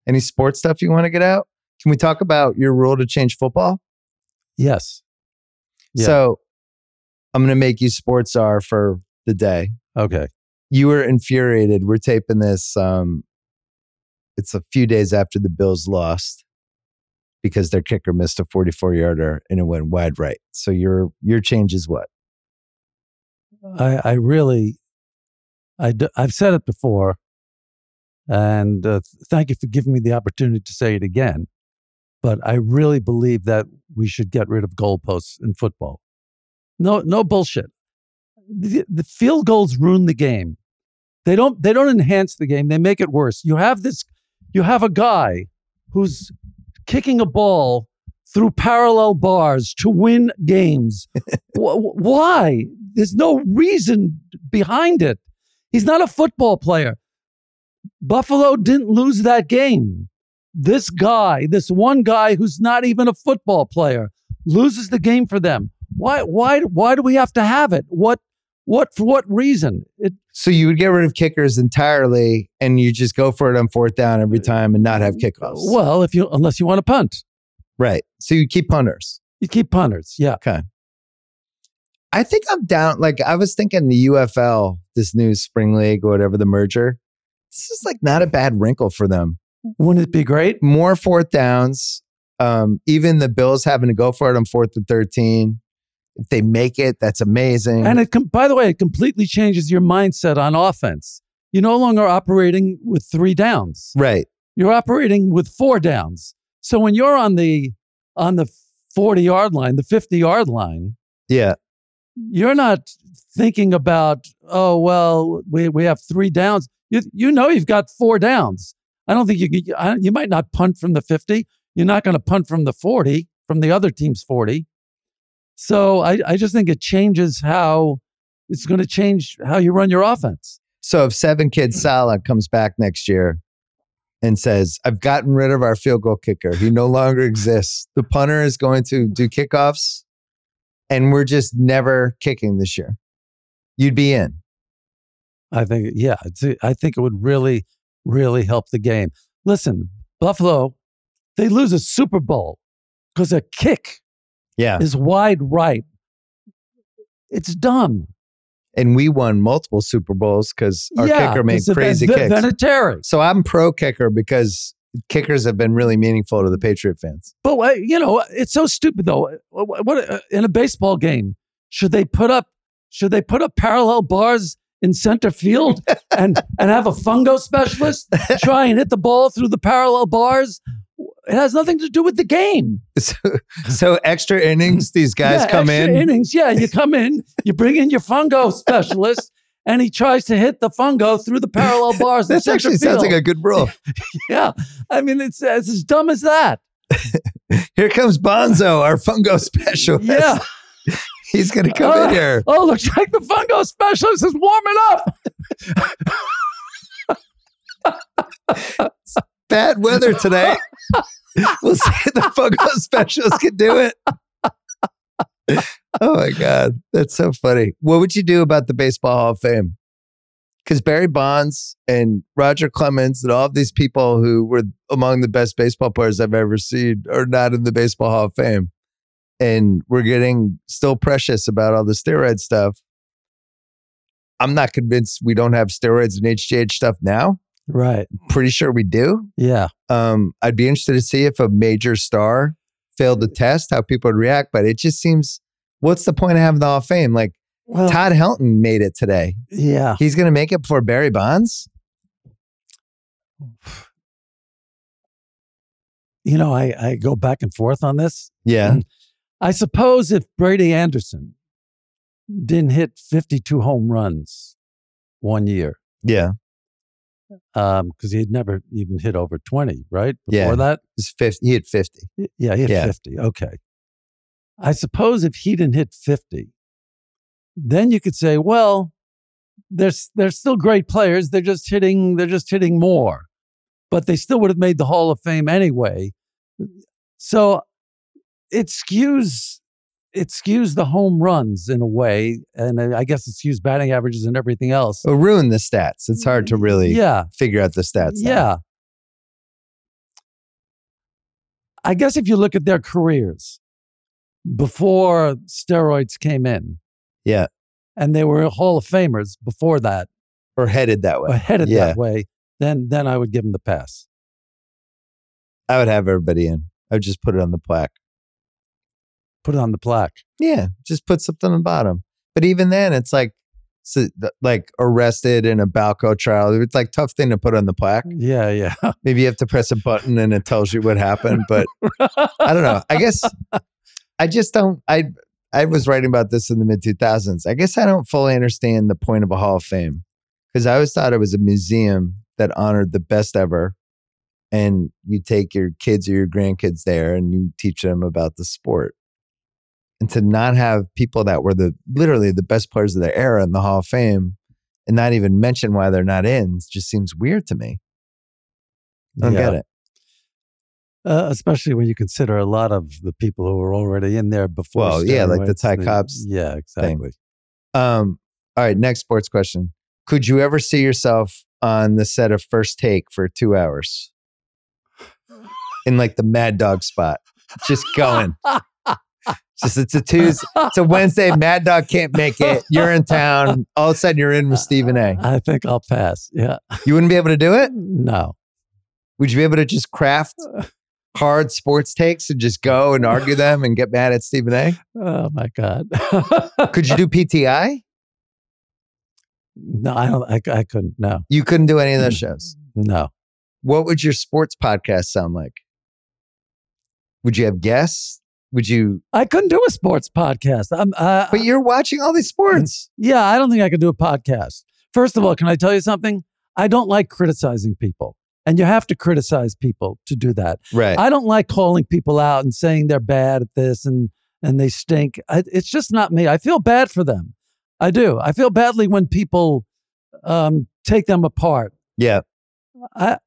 Speaker 1: Any sports stuff you want to get out? Can we talk about your rule to change football?
Speaker 2: Yes. Yeah.
Speaker 1: So I'm going to make you sports R for the day.
Speaker 2: Okay.
Speaker 1: You were infuriated. We're taping this. Um, it's a few days after the Bills lost because their kicker missed a 44 yarder and it went wide right. So your your change is what?
Speaker 2: I, I really, I d- I've said it before, and uh, thank you for giving me the opportunity to say it again. But I really believe that we should get rid of goalposts in football. No, no bullshit. The, the field goals ruin the game. They don't. They don't enhance the game. They make it worse. You have this. You have a guy who's kicking a ball through parallel bars to win games. Wh- wh- Why? There's no reason behind it. He's not a football player. Buffalo didn't lose that game. This guy, this one guy who's not even a football player, loses the game for them. Why? Why? Why do we have to have it? What? What? For what reason? It,
Speaker 1: So you would get rid of kickers entirely and you just go for it on fourth down every time and not have kickoffs.
Speaker 2: Uh, well, if you unless you want to punt,
Speaker 1: Right. So you keep punters.
Speaker 2: you keep punters. Yeah.
Speaker 1: I think I'm down. Like I was thinking the UFL, this new spring league or whatever the merger. This is like not a bad wrinkle for them.
Speaker 2: Wouldn't it be great?
Speaker 1: More fourth downs. Um, even the Bills having to go for it on fourth and thirteen. If they make it, that's amazing.
Speaker 2: And it, com- by the way, it completely changes your mindset on offense. You're no longer operating with three downs.
Speaker 1: right.
Speaker 2: You're operating with four downs. So when you're on the on the 40 yard line, the 50 yard line,
Speaker 1: Yeah.
Speaker 2: you're not thinking about oh well we, we have three downs. You you know you've got four downs. I don't think you could, I, you might not punt from the 50. You're not going to punt from the 40 from the other team's 40. So I I just think it changes how it's going to change how you run your offense.
Speaker 1: So if seven kids Salah comes back next year and says, I've gotten rid of our field goal kicker. He no longer exists. The punter is going to do kickoffs and we're just never kicking this year. You'd be in.
Speaker 2: I think, yeah, it's, uh, I think it would really, really help the game. Listen, Buffalo, they lose a Super Bowl because a kick
Speaker 1: Yeah.
Speaker 2: is wide right. It's dumb.
Speaker 1: And we won multiple Super Bowls because our
Speaker 2: yeah,
Speaker 1: kicker made
Speaker 2: 'cause of
Speaker 1: crazy
Speaker 2: Ven-
Speaker 1: kicks.
Speaker 2: Vinatieri.
Speaker 1: so I'm pro kicker because kickers have been really meaningful to the Patriot fans.
Speaker 2: But uh, you know, it's so stupid though. What, what uh, in a baseball game should they put up? Should they put up parallel bars in center field and and have a fungo specialist try and hit the ball through the parallel bars? It has nothing to do with the game.
Speaker 1: So, so extra innings, these guys
Speaker 2: Yeah,
Speaker 1: come
Speaker 2: extra
Speaker 1: in.
Speaker 2: innings. Yeah, you come in, you bring in your fungo specialist, and he tries to hit the fungo through the parallel bars. in
Speaker 1: This
Speaker 2: center
Speaker 1: actually sounds like
Speaker 2: field.
Speaker 1: a good rule.
Speaker 2: yeah. I mean, it's, it's as dumb as that.
Speaker 1: Here comes Bonzo, our fungo specialist.
Speaker 2: Yeah.
Speaker 1: He's gonna come in
Speaker 2: Uh,
Speaker 1: here.
Speaker 2: Oh, looks like the fungo specialist is warming up.
Speaker 1: Bad weather today. we'll see if the fungo specialist can do it. Oh my god, that's so funny. What would you do about the baseball Hall of Fame? Because Barry Bonds and Roger Clemens and all of these people who were among the best baseball players I've ever seen are not in the Baseball Hall of Fame. And we're getting still precious about all the steroid stuff. I'm not convinced we don't have steroids and HGH stuff now.
Speaker 2: Right.
Speaker 1: pretty sure we do.
Speaker 2: Yeah.
Speaker 1: Um, I'd be interested to see if a major star failed the test, how people would react. But it just seems, what's the point of having the Hall of Fame? Like
Speaker 2: Well,
Speaker 1: Todd Helton made it today.
Speaker 2: yeah.
Speaker 1: He's going to make it before Barry Bonds.
Speaker 2: You know, I, I go back and forth on this.
Speaker 1: Yeah,
Speaker 2: I suppose if Brady Anderson didn't hit 52 home runs one year,
Speaker 1: yeah.
Speaker 2: because he had never even hit over 20, right? Before
Speaker 1: Yeah.
Speaker 2: that?
Speaker 1: He's 50, he hit fifty.
Speaker 2: Y- Yeah, he hit
Speaker 1: Yeah.
Speaker 2: 50. Okay. I suppose if he didn't hit 50, then you could say, well, they're, s- they're still great players. They're just hitting, they're just hitting more, but they still would have made the Hall of Fame anyway. So it skews, it skews the home runs in a way. And I I guess it skews batting averages and everything else.
Speaker 1: So ruin the stats. It's hard to really
Speaker 2: Yeah.
Speaker 1: figure out the stats. now.
Speaker 2: Yeah. I guess if you look at their careers before steroids came in,
Speaker 1: Yeah.
Speaker 2: and they were Hall of Famers before that,
Speaker 1: or headed that
Speaker 2: or
Speaker 1: way.
Speaker 2: headed
Speaker 1: yeah.
Speaker 2: that way, then then I would give them the pass.
Speaker 1: I would have everybody in. I would just put it on the plaque.
Speaker 2: Put it on the plaque.
Speaker 1: Yeah, just put something on the bottom. But even then, it's like, so, th- like arrested in a Balco trial. It's like tough thing to put on the plaque.
Speaker 2: Yeah, yeah.
Speaker 1: Maybe you have to press a button and it tells you what happened. But I don't know. I guess I just don't. I I was writing about this in the mid two thousands. I guess I don't fully understand the point of a Hall of Fame because I always thought it was a museum that honored the best ever, and you take your kids or your grandkids there and you teach them about the sport. And to not have people that were the literally the best players of their era in the Hall of Fame, and not even mention why they're not in, just seems weird to me. I don't
Speaker 2: Yeah.
Speaker 1: get it.
Speaker 2: Uh, especially when you consider a lot of the people who were already in there before.
Speaker 1: Well, yeah, like the
Speaker 2: steroids,
Speaker 1: Ty
Speaker 2: the-
Speaker 1: Cobb's
Speaker 2: Yeah, exactly.
Speaker 1: Um, all right, next sports question. Could you ever see yourself on the set of First Take for two hours? In like the Mad Dog spot, just going. Just it's a Tuesday, it's a Wednesday. Mad Dog can't make it. You're in town. All of a sudden, you're in with Stephen A.
Speaker 2: I think I'll pass. Yeah.
Speaker 1: You wouldn't be able to do it.
Speaker 2: No.
Speaker 1: Would you be able to just craft hard sports takes and just go and argue them and get mad at Stephen A?
Speaker 2: Oh my God.
Speaker 1: Could you do PTI?
Speaker 2: no, I don't. I, I couldn't. No.
Speaker 1: You couldn't do any of those shows.
Speaker 2: No.
Speaker 1: what would your sports podcast sound like? Would you have guests? Would you?
Speaker 2: I couldn't do a sports podcast. I'm. Uh,
Speaker 1: But you're watching all these sports.
Speaker 2: yeah, I don't think I could do a podcast. First of all, can I tell you something? I don't like criticizing people, and you have to criticize people to do that.
Speaker 1: Right.
Speaker 2: I don't like calling people out and saying they're bad at this and and they stink. I, it's just not me. I feel bad for them. I do. I feel badly when people um, take them apart,
Speaker 1: yeah.
Speaker 2: I,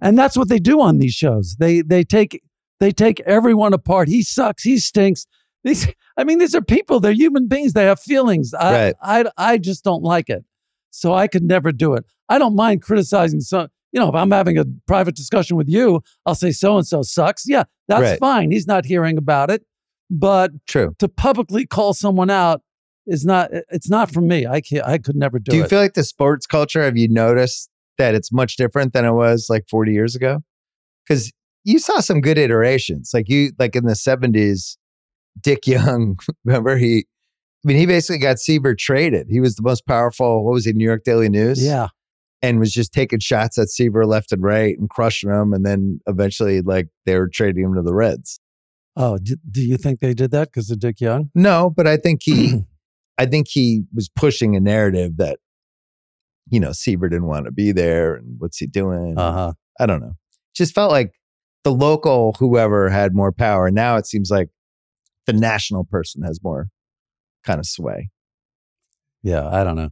Speaker 2: and that's what they do on these shows. They they take they take everyone apart. He sucks. He stinks. These. I mean, these are people. They're human beings. They have feelings. I,
Speaker 1: Right.
Speaker 2: I, I just don't like it. So I could never do it. I don't mind criticizing some. You know, if I'm having a private discussion with you, I'll say so and so sucks. Yeah, that's
Speaker 1: Right.
Speaker 2: fine. He's not hearing about it. But
Speaker 1: True.
Speaker 2: to publicly call someone out is not. It's not for me. I can't. I could never do,
Speaker 1: Do you
Speaker 2: it.
Speaker 1: feel like the sports culture? Have you noticed that it's much different than it was like 40 years ago? Because you saw some good iterations, like you, like in the 70s, Dick Young. Remember he? I mean, he basically got Seaver traded. He was the most powerful. What was he? New York Daily News.
Speaker 2: yeah.
Speaker 1: and was just taking shots at Seaver left and right and crushing him. And then eventually, like, they were trading him to the Reds.
Speaker 2: Oh, do, do you think they did that because of Dick Young? Uh-huh.
Speaker 1: No, but I think he, I think he was pushing a narrative that, you know, Seaver didn't want to be there and what's he doing?
Speaker 2: Uh huh.
Speaker 1: I don't know. Just felt like the local whoever had more power. Now it seems like the national person has more kind of sway.
Speaker 2: Yeah, I don't know.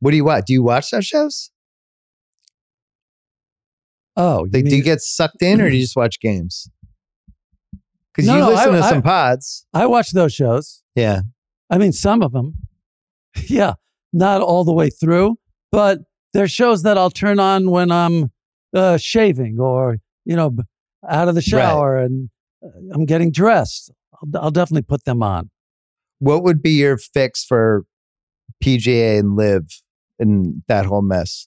Speaker 1: What do you watch? Do you watch those shows?
Speaker 2: Oh, you
Speaker 1: Like, do
Speaker 2: mean-
Speaker 1: you get sucked in or do you just watch games? Because
Speaker 2: No,
Speaker 1: you
Speaker 2: no,
Speaker 1: listen
Speaker 2: I-
Speaker 1: to
Speaker 2: I-
Speaker 1: some pods.
Speaker 2: I watch those shows.
Speaker 1: Yeah.
Speaker 2: I mean, some of them. Yeah, not all the way through, but they're shows that I'll turn on when I'm uh, shaving or you know b- out of the shower and uh, I'm getting dressed. I'll, I'll definitely put them on.
Speaker 1: What would be your fix for PGA and live and that whole mess?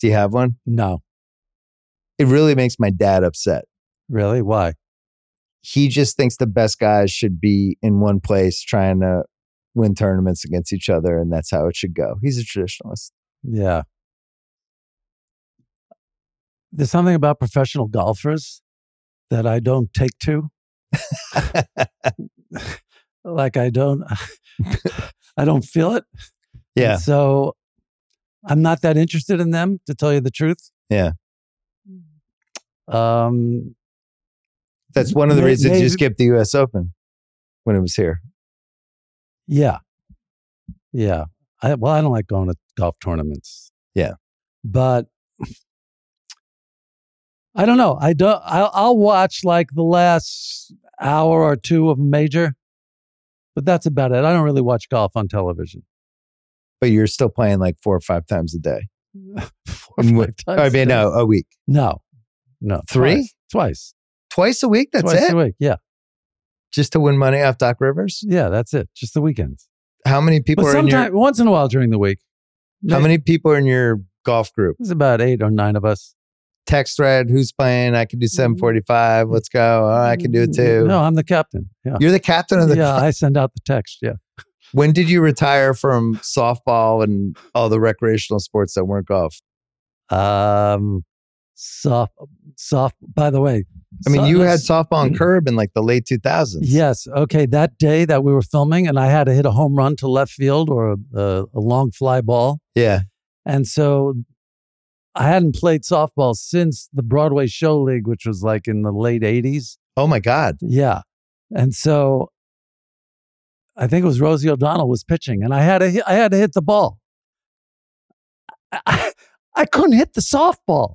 Speaker 1: Do you have one?
Speaker 2: No,
Speaker 1: It really makes my dad upset.
Speaker 2: really, why?
Speaker 1: He just thinks the best guys should be in one place trying to win tournaments against each other, and that's how it should go. He's a traditionalist.
Speaker 2: Yeah. There's something about professional golfers that I don't take to. like I don't I don't feel it. And
Speaker 1: Yeah.
Speaker 2: so I'm not that interested in them to tell you the truth.
Speaker 1: Yeah.
Speaker 2: Um
Speaker 1: That's one of the
Speaker 2: May-
Speaker 1: reasons you
Speaker 2: maybe-
Speaker 1: skipped the US Open when it was here.
Speaker 2: yeah. Yeah. I well I don't like going to golf tournaments.
Speaker 1: Yeah.
Speaker 2: But I don't know. I don't I'll, I'll watch like the last hour or two of a major. But that's about it. I don't really watch golf on television.
Speaker 1: But you're still playing like four or five times a day.
Speaker 2: Four or
Speaker 1: Mm,
Speaker 2: five times
Speaker 1: I
Speaker 2: a
Speaker 1: mean,
Speaker 2: day.
Speaker 1: no, a week.
Speaker 2: No, no.
Speaker 1: Three?
Speaker 2: Twice. twice.
Speaker 1: Twice a week. That's
Speaker 2: twice
Speaker 1: it.
Speaker 2: a week. Yeah,
Speaker 1: Just to win money off Doc Rivers.
Speaker 2: yeah, that's it. Just the weekends.
Speaker 1: How many people
Speaker 2: but
Speaker 1: are in
Speaker 2: sometimes,
Speaker 1: your?
Speaker 2: once in a while during the week,
Speaker 1: How many people are in your golf group?
Speaker 2: There's about eight or nine of us.
Speaker 1: Text thread. Who's playing? I can do seven forty-five. Let's go. Oh, I can do it too.
Speaker 2: Mm-hmm. Mm, No, I'm the captain. Yeah,
Speaker 1: You're the captain of the.
Speaker 2: yeah, I send out the text. Yeah.
Speaker 1: When did you retire from softball and all the recreational sports that weren't golf?
Speaker 2: Um, soft, soft. By the way,
Speaker 1: I mean,
Speaker 2: so-
Speaker 1: you had
Speaker 2: let's-
Speaker 1: softball and curb in like the late two thousands.
Speaker 2: Yes. Okay. That day that we were filming, and I had to hit a home run to left field or a, a, a long fly ball,
Speaker 1: Yeah.
Speaker 2: and so I hadn't played softball since the Broadway Show League, which was like in the late '80s.
Speaker 1: Oh my God.
Speaker 2: Yeah, and so I think it was Rosie O'Donnell was pitching, and I had to hit, I had to hit the ball. I- I, I couldn't hit the softball.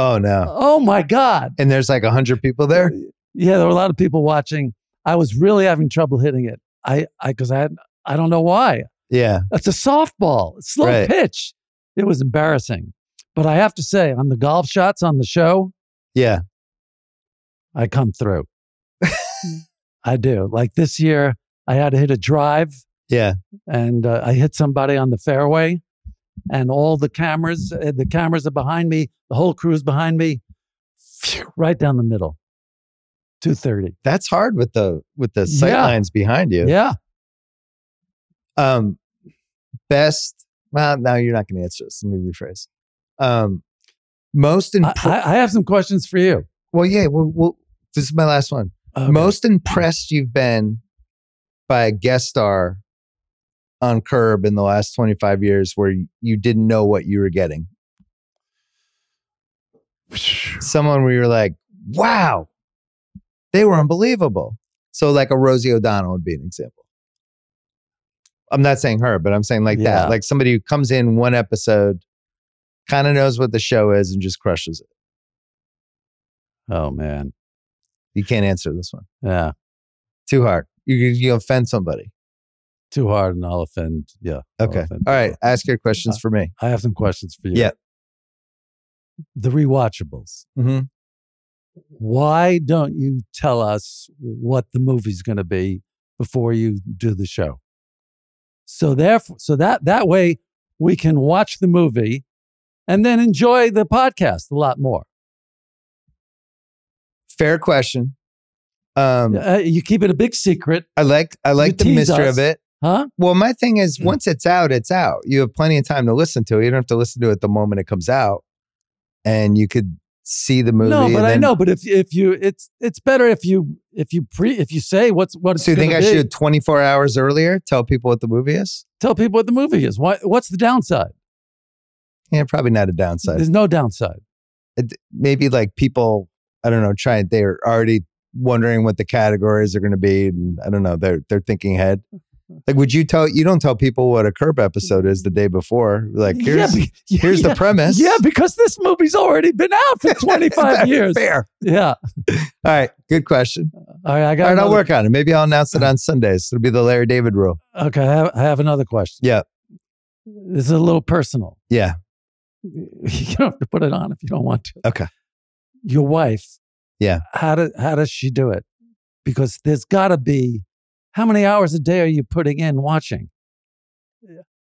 Speaker 1: Oh no.
Speaker 2: Oh my god!
Speaker 1: And there's like hundred people there.
Speaker 2: Yeah, there were a lot of people watching. I was really having trouble hitting it. I, I, because I, had, I don't know why.
Speaker 1: Yeah.
Speaker 2: It's a softball, it's slow
Speaker 1: Right.
Speaker 2: pitch. It was embarrassing, but I have to say, on the golf shots on the show,
Speaker 1: Yeah.
Speaker 2: I come through. I do. Like this year, I had to hit a drive,
Speaker 1: Yeah.
Speaker 2: and uh, I hit somebody on the fairway, and all the cameras, uh, the cameras are behind me, the whole crew's behind me, phew, right down the middle, two thirty.
Speaker 1: That's hard with the with the sight
Speaker 2: Yeah.
Speaker 1: lines behind you.
Speaker 2: Yeah.
Speaker 1: Um, best. Well, now you're not going to answer this. Let me rephrase. Um, most
Speaker 2: I,
Speaker 1: impressed.
Speaker 2: I I have some questions for you.
Speaker 1: well, yeah. Well, well, this is my last one.
Speaker 2: Okay.
Speaker 1: Most impressed you've been by a guest star on Curb in the last 25 years, where you didn't know what you were getting. Someone where you're like, wow, they were unbelievable. So, like a Rosie O'Donnell would be an example. I'm not saying her, but I'm saying like
Speaker 2: Yeah.
Speaker 1: that, like somebody who comes in one episode, kind of knows what the show is, and just crushes it.
Speaker 2: oh man,
Speaker 1: You can't answer this one.
Speaker 2: yeah,
Speaker 1: Too hard. You you offend somebody.
Speaker 2: too hard, and I'll offend. Yeah. I'll
Speaker 1: Okay.
Speaker 2: offend
Speaker 1: All right.
Speaker 2: people. Uh-huh.
Speaker 1: Ask your questions for me.
Speaker 2: I have some questions for you.
Speaker 1: Yeah.
Speaker 2: The rewatchables.
Speaker 1: Mm-hmm.
Speaker 2: Why don't you tell us what the movie's going to be before you do the show? So therefore, so that that way we can watch the movie and then enjoy the podcast a lot more.
Speaker 1: Fair question. Um,
Speaker 2: Uh, you keep it a big secret,
Speaker 1: I like I like the
Speaker 2: tease
Speaker 1: mystery
Speaker 2: us.
Speaker 1: of it.
Speaker 2: huh?
Speaker 1: Well, my thing is,
Speaker 2: Mm.
Speaker 1: once it's out, it's out. You have plenty of time to listen to it. You don't have to listen to it the moment it comes out, and you could see the movie.
Speaker 2: No, but
Speaker 1: and
Speaker 2: I
Speaker 1: then-
Speaker 2: know. But if if you, it's it's better if you if you pre if you say what's what. It's
Speaker 1: So you think
Speaker 2: gonna
Speaker 1: I
Speaker 2: be.
Speaker 1: should 24 hours earlier tell people what the movie is?
Speaker 2: tell people what the movie is? Why? What's the downside?
Speaker 1: Yeah, probably not a downside.
Speaker 2: There's no downside.
Speaker 1: It- Maybe like people, I don't know, try they're already wondering what the categories are going to be, and I don't know, they're they're thinking ahead. Like, would you tell you don't tell people what a curb episode is the day before? Like, here's
Speaker 2: yeah, be-
Speaker 1: here's
Speaker 2: yeah,
Speaker 1: the premise.
Speaker 2: Yeah, because this movie's already been out for 25 years.
Speaker 1: Fair.
Speaker 2: Yeah.
Speaker 1: All right, good question.
Speaker 2: All right, I got.
Speaker 1: All right, I'll
Speaker 2: another-
Speaker 1: work on it. Maybe I'll announce it on Sundays. It'll be the Larry David rule.
Speaker 2: Okay, I have, I have another question.
Speaker 1: Yeah.
Speaker 2: This is a little personal.
Speaker 1: Yeah.
Speaker 2: You don't have to put it on if you don't want to.
Speaker 1: Okay.
Speaker 2: Your wife.
Speaker 1: Yeah.
Speaker 2: How do, how does she do it? Because there's got to be how many hours a day are you putting in watching?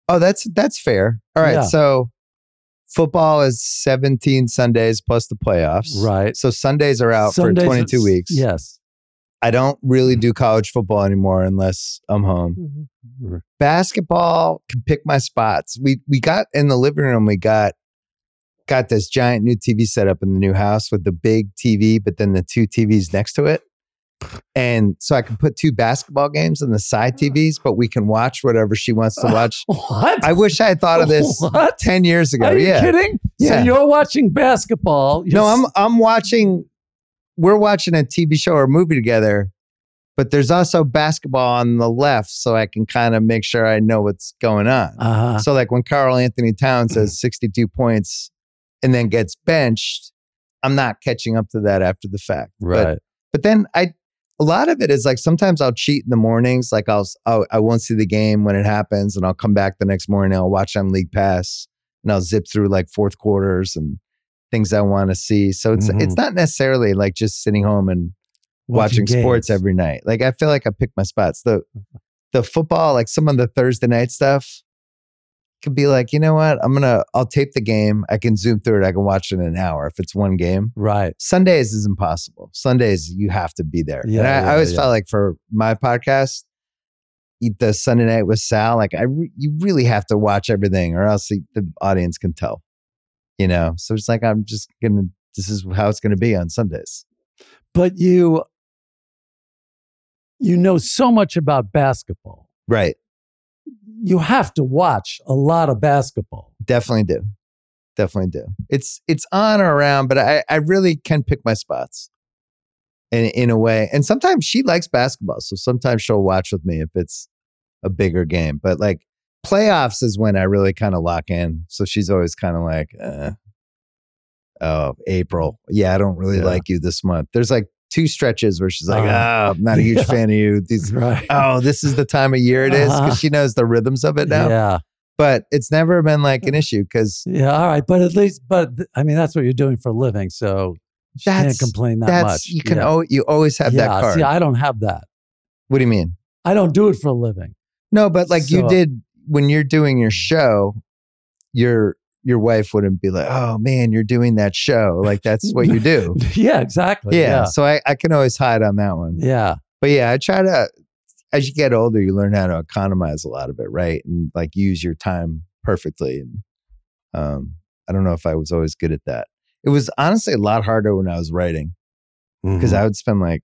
Speaker 1: Oh, that's that's fair. All right,
Speaker 2: Yeah.
Speaker 1: so football is 17 Sundays plus the playoffs.
Speaker 2: Right.
Speaker 1: So Sundays are out
Speaker 2: Some days
Speaker 1: for
Speaker 2: are-
Speaker 1: 22 weeks.
Speaker 2: Yes.
Speaker 1: I don't
Speaker 2: Mm.
Speaker 1: really do college football anymore unless I'm home. Basketball can pick my spots. We we got in the living room. We got got this giant new TV set up in the new house with the big TV, but then the two TVs next to it. And so I can put two basketball games on the side TVs, but we can watch whatever she wants to watch.
Speaker 2: What?
Speaker 1: I wish I had thought of this
Speaker 2: What?
Speaker 1: 10 years ago.
Speaker 2: Are you
Speaker 1: yeah.
Speaker 2: kidding?
Speaker 1: Yeah.
Speaker 2: So you're watching basketball. You're
Speaker 1: No, I'm I'm watching we're watching a TV show or movie together, but there's also basketball on the left, so I can kind of make sure I know what's going on.
Speaker 2: Uh,
Speaker 1: So like when Carl Anthony Towns has 62 points and then gets benched, I'm not catching up to that after the fact. But,
Speaker 2: right.
Speaker 1: but then I a lot of it is like sometimes I'll cheat in the mornings, like I'll oh, I won't see the game when it happens, and I'll come back the next morning. I'll watch on League Pass and I'll zip through like fourth quarters and things I want to see. So it's
Speaker 2: Mhm.
Speaker 1: it's not necessarily like just sitting home and watching,
Speaker 2: Watching
Speaker 1: sports
Speaker 2: games.
Speaker 1: every night. Like I feel like I pick my spots. The the football, like some of the Thursday night stuff, could be like, you know what? I'm gonna I'll tape the game. I can zoom through it. I can watch it in an hour if it's one game.
Speaker 2: Right.
Speaker 1: Sundays is impossible. Sundays you have to be there.
Speaker 2: Yeah,
Speaker 1: and I,
Speaker 2: yeah,
Speaker 1: I always
Speaker 2: yeah.
Speaker 1: felt like for my podcast, eat the Sunday night with Sal. Like I, re- you really have to watch everything, or else the, the audience can tell. You know, so it's like I'm just gonna. This is how it's gonna be on Sundays.
Speaker 2: But you you know so much about basketball.
Speaker 1: Right.
Speaker 2: You have to watch a lot of basketball.
Speaker 1: Definitely do. Definitely do. It's it's on or around, but I I really can pick my spots. In in a way, and sometimes she likes basketball, so sometimes she'll watch with me if it's a bigger game. But like playoffs is when I really kind of lock in. So she's always kind of like, uh, oh April, yeah, I don't really
Speaker 2: Yeah.
Speaker 1: like you this month. There's like two stretches where she's like,
Speaker 2: Uh,
Speaker 1: ah, I'm not a huge
Speaker 2: yeah.
Speaker 1: fan of you. These
Speaker 2: Right.
Speaker 1: oh, this is the time of year it is because
Speaker 2: Uh-huh.
Speaker 1: she knows the rhythms of it now
Speaker 2: Yeah.
Speaker 1: but it's never been like
Speaker 2: Mm.
Speaker 1: an issue because
Speaker 2: Yeah. All right. But at least, but th- I mean, that's what you're doing for a living. So you can't
Speaker 1: That's-
Speaker 2: complain that
Speaker 1: that's
Speaker 2: much.
Speaker 1: you can
Speaker 2: yeah.
Speaker 1: al- you always have
Speaker 2: yeah.
Speaker 1: that card.
Speaker 2: See, I don't have that.
Speaker 1: what do you mean?
Speaker 2: I don't do it for a living.
Speaker 1: No, but like you
Speaker 2: So-
Speaker 1: did when you're doing your show, your your wife wouldn't be like, "Oh man, you're doing that show." Like that's what you do.
Speaker 2: yeah. Exactly.
Speaker 1: yeah,
Speaker 2: Yeah.
Speaker 1: So I I can always hide on that one.
Speaker 2: Yeah.
Speaker 1: But yeah, I try to. As you get older, you learn how to economize a lot of it, right? And like use your time perfectly. And um, I don't know if I was always good at that. It was honestly a lot harder when I was writing. because
Speaker 2: Mm-hmm.
Speaker 1: I would spend like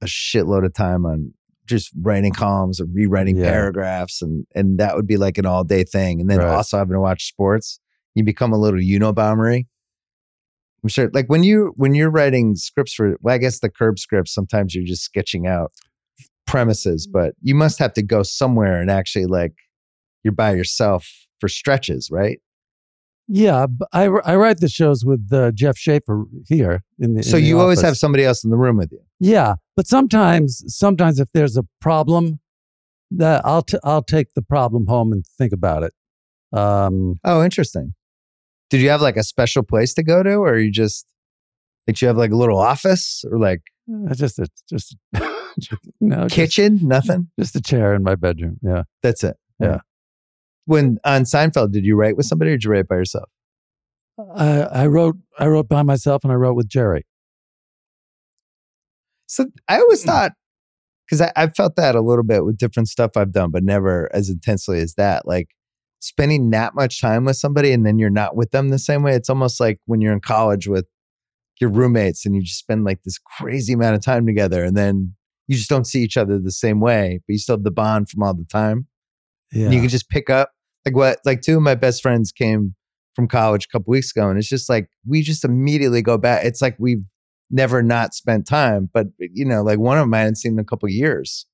Speaker 1: a shitload of time on just writing columns and rewriting
Speaker 2: Yeah.
Speaker 1: paragraphs, and and that would be like an all day thing. And then
Speaker 2: Right.
Speaker 1: also having to watch sports, you become a little Unabombery. I'm sure, like when you when you're writing scripts for, well, I guess the curb scripts. Sometimes you're just sketching out premises,
Speaker 2: Mm-hmm.
Speaker 1: but you must have to go somewhere and actually like you're by yourself for stretches, right?
Speaker 2: Yeah. b- I, wr- I write the shows with uh, Jeff Schaefer here in the.
Speaker 1: So
Speaker 2: in the
Speaker 1: you always have
Speaker 2: office.
Speaker 1: somebody else in the room with you.
Speaker 2: Yeah, but sometimes, sometimes if there's a problem, that I'll t- I'll take the problem home and think about it. Um,
Speaker 1: Oh, interesting. Did you have like a special place to go to, or you just like you have like a little office or like
Speaker 2: Uh, just a just no just,
Speaker 1: kitchen? Nothing.
Speaker 2: just a chair in my bedroom. Yeah,
Speaker 1: That's it.
Speaker 2: Yeah.
Speaker 1: When on Seinfeld, did you write with somebody or did you write by yourself?
Speaker 2: I, I wrote I wrote by myself and I wrote with Jerry.
Speaker 1: So I always thought because I, I felt that a little bit with different stuff I've done, but never as intensely as that. Like spending that much time with somebody and then you're not with them the same way. It's almost like when you're in college with your roommates and you just spend like this crazy amount of time together and then you just don't see each other the same way, but you still have the bond from all the time.
Speaker 2: Yeah,
Speaker 1: And you can just pick up like what like two of my best friends came from college a couple weeks ago and it's just like we just immediately go back it's like we've never not spent time but you know like one of them i hadn't seen in a couple years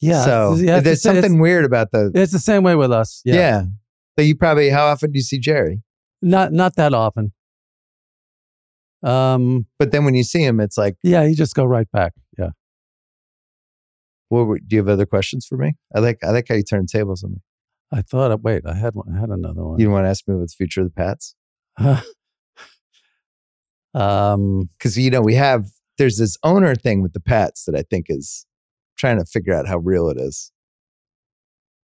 Speaker 2: yeah.
Speaker 1: so
Speaker 2: it's- yeah,
Speaker 1: there's
Speaker 2: it's, the sa-
Speaker 1: something weird about the
Speaker 2: It's, it's the same way with us. Yeah.
Speaker 1: yeah. but you probably how often do you see jerry
Speaker 2: not not that often. Um.
Speaker 1: but then when you see him it's like
Speaker 2: Yeah, you just go right back. Yeah.
Speaker 1: what were, do you have other questions for me i like i like how you turn tables on me
Speaker 2: I thought. Wait, I had one. I had another one.
Speaker 1: you want to ask me about the future of the pats
Speaker 2: um.
Speaker 1: because you know we have there's this owner thing with the pats that i think is trying to figure out how real it is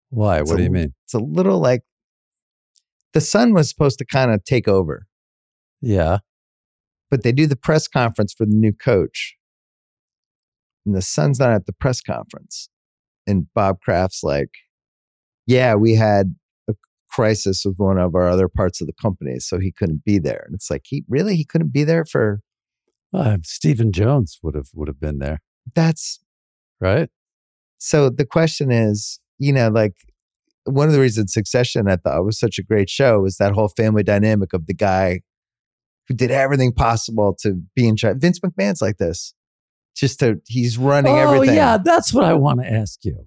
Speaker 2: Why?
Speaker 1: It's
Speaker 2: What
Speaker 1: a
Speaker 2: do you
Speaker 1: l-
Speaker 2: mean?
Speaker 1: it's a little like the sun was supposed to kind of take over,
Speaker 2: Yeah.
Speaker 1: but they do the press conference for the new coach. And the sun's not at the press conference. And Bob Kraft's like, yeah, we had a crisis with one of our other parts of the company, so he couldn't be there. And it's like, he really, he couldn't be there for
Speaker 2: Uh, Stephen Jones would have would have been there,
Speaker 1: that's
Speaker 2: right?
Speaker 1: So the question is, you know, like one of the reasons Succession I thought was such a great show is that whole family dynamic of the guy who did everything possible to be in charge. Vince McMahon's like this. Just to he's running
Speaker 2: oh,
Speaker 1: everything.
Speaker 2: yeah, that's what I want to ask you.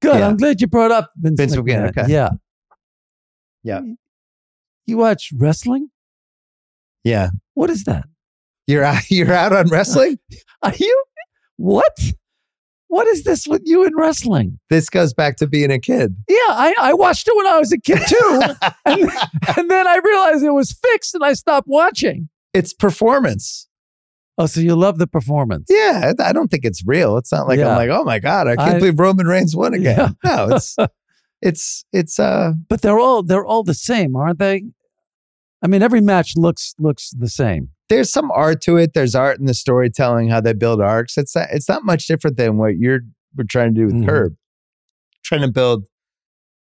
Speaker 2: Good.
Speaker 1: Yeah.
Speaker 2: I'm glad you brought up Vince,
Speaker 1: Vince McMahon, okay.
Speaker 2: Yeah.
Speaker 1: Yeah.
Speaker 2: You watch wrestling?
Speaker 1: Yeah.
Speaker 2: What is that?
Speaker 1: You're out you're out on wrestling?
Speaker 2: Are you what? What is this with you and wrestling?
Speaker 1: This goes back to being a kid.
Speaker 2: Yeah, I, I watched it when I was a kid too. and, and then I realized it was fixed and I stopped watching.
Speaker 1: It's performance.
Speaker 2: Oh, so you love the performance.
Speaker 1: Yeah, I I don't think it's real. It's not like
Speaker 2: Yeah.
Speaker 1: I'm like, oh my god, I can't
Speaker 2: I-
Speaker 1: believe Roman Reigns won again. No, it's it's it's uh
Speaker 2: But they're all they're all the same, aren't they? I mean, every match looks looks the same.
Speaker 1: there's some art to it. There's art in the storytelling, how they build arcs. It's not it's not much different than what you're we're trying to do with
Speaker 2: Mhm.
Speaker 1: Curb, trying to build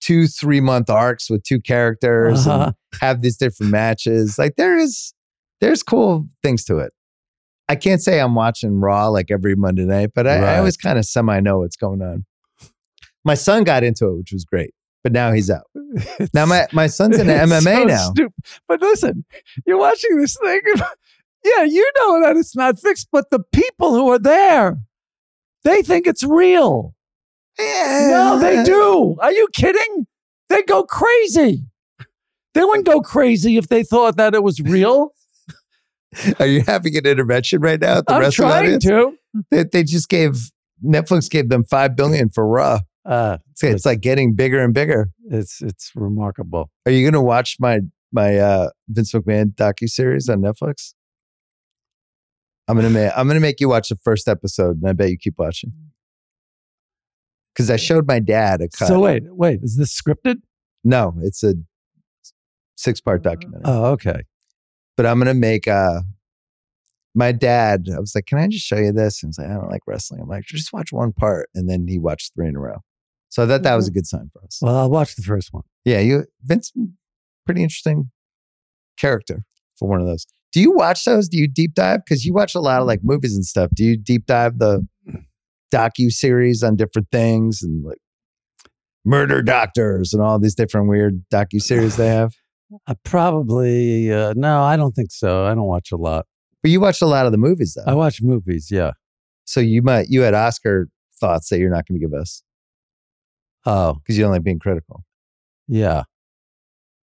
Speaker 1: two three month arcs with two characters and
Speaker 2: Uh-huh.
Speaker 1: have these different matches. Like there is there's cool things to it. I can't say I'm watching Raw like every Monday night, but I, I
Speaker 2: Right.
Speaker 1: always kind of semi know what's going on. My son got into it, which was great, but now he's out. Now my, my son's in the
Speaker 2: It's
Speaker 1: MMA
Speaker 2: so
Speaker 1: now.
Speaker 2: stup- But listen, you're watching this thing. and- yeah, you know that it's not fixed, but the people who are there, they think it's real. No, they do. Are you kidding? They go crazy. They wouldn't go crazy if they thought that it was real.
Speaker 1: Are you having an intervention right now? At the
Speaker 2: I'm
Speaker 1: rest of the
Speaker 2: trying
Speaker 1: audience?
Speaker 2: to.
Speaker 1: They, they just gave Netflix gave them five billion for Raw.
Speaker 2: Uh,
Speaker 1: It's, it's like getting bigger and bigger.
Speaker 2: it's it's remarkable.
Speaker 1: Are you gonna watch my my uh, Vince McMahon docu series on Netflix? I'm gonna make I'm gonna make you watch the first episode, and I bet you keep watching. Because I showed my dad a cut.
Speaker 2: Mm. So wait, wait, is this scripted?
Speaker 1: no, it's a six part documentary.
Speaker 2: Oh, okay.
Speaker 1: but I'm gonna make uh my dad, I was like, Can I just show you this? And he's like, I don't like wrestling. I'm like, just watch one part. And then he watched three in a row. So I thought that was a good sign for us.
Speaker 2: Well, I'll watch the first one.
Speaker 1: Yeah, you Vince pretty interesting character for one of those. Do you watch those? Do you deep dive? Because you watch a lot of like movies and stuff. Do you deep dive the docu series on different things and like murder doctors and all these different weird docu series they have?
Speaker 2: I probably uh, no, I don't think so. I don't watch a lot.
Speaker 1: But you watch a lot of the movies though.
Speaker 2: I watch movies, yeah.
Speaker 1: So you might you had Oscar thoughts that you're not going to give us
Speaker 2: Oh,
Speaker 1: because you don't like being critical.
Speaker 2: yeah.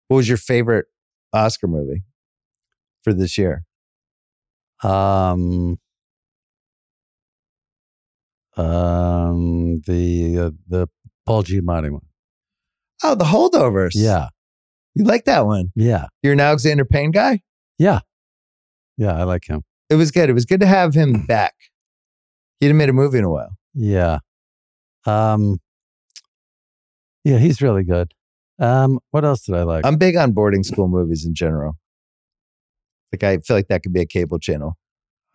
Speaker 1: What was your favorite Oscar movie for this year?
Speaker 2: Um, um, the uh, the Paul Giamatti one.
Speaker 1: Oh, The Holdovers.
Speaker 2: Yeah,
Speaker 1: you like that one.
Speaker 2: yeah,
Speaker 1: You're an Alexander Payne guy.
Speaker 2: yeah. I like him.
Speaker 1: It was good. It was good to have him back. He hadn't made a movie in a while.
Speaker 2: Yeah. Um. Yeah, he's really good. Um, what else did I like?
Speaker 1: I'm big on boarding school movies in general. Like I feel like that could be a cable channel.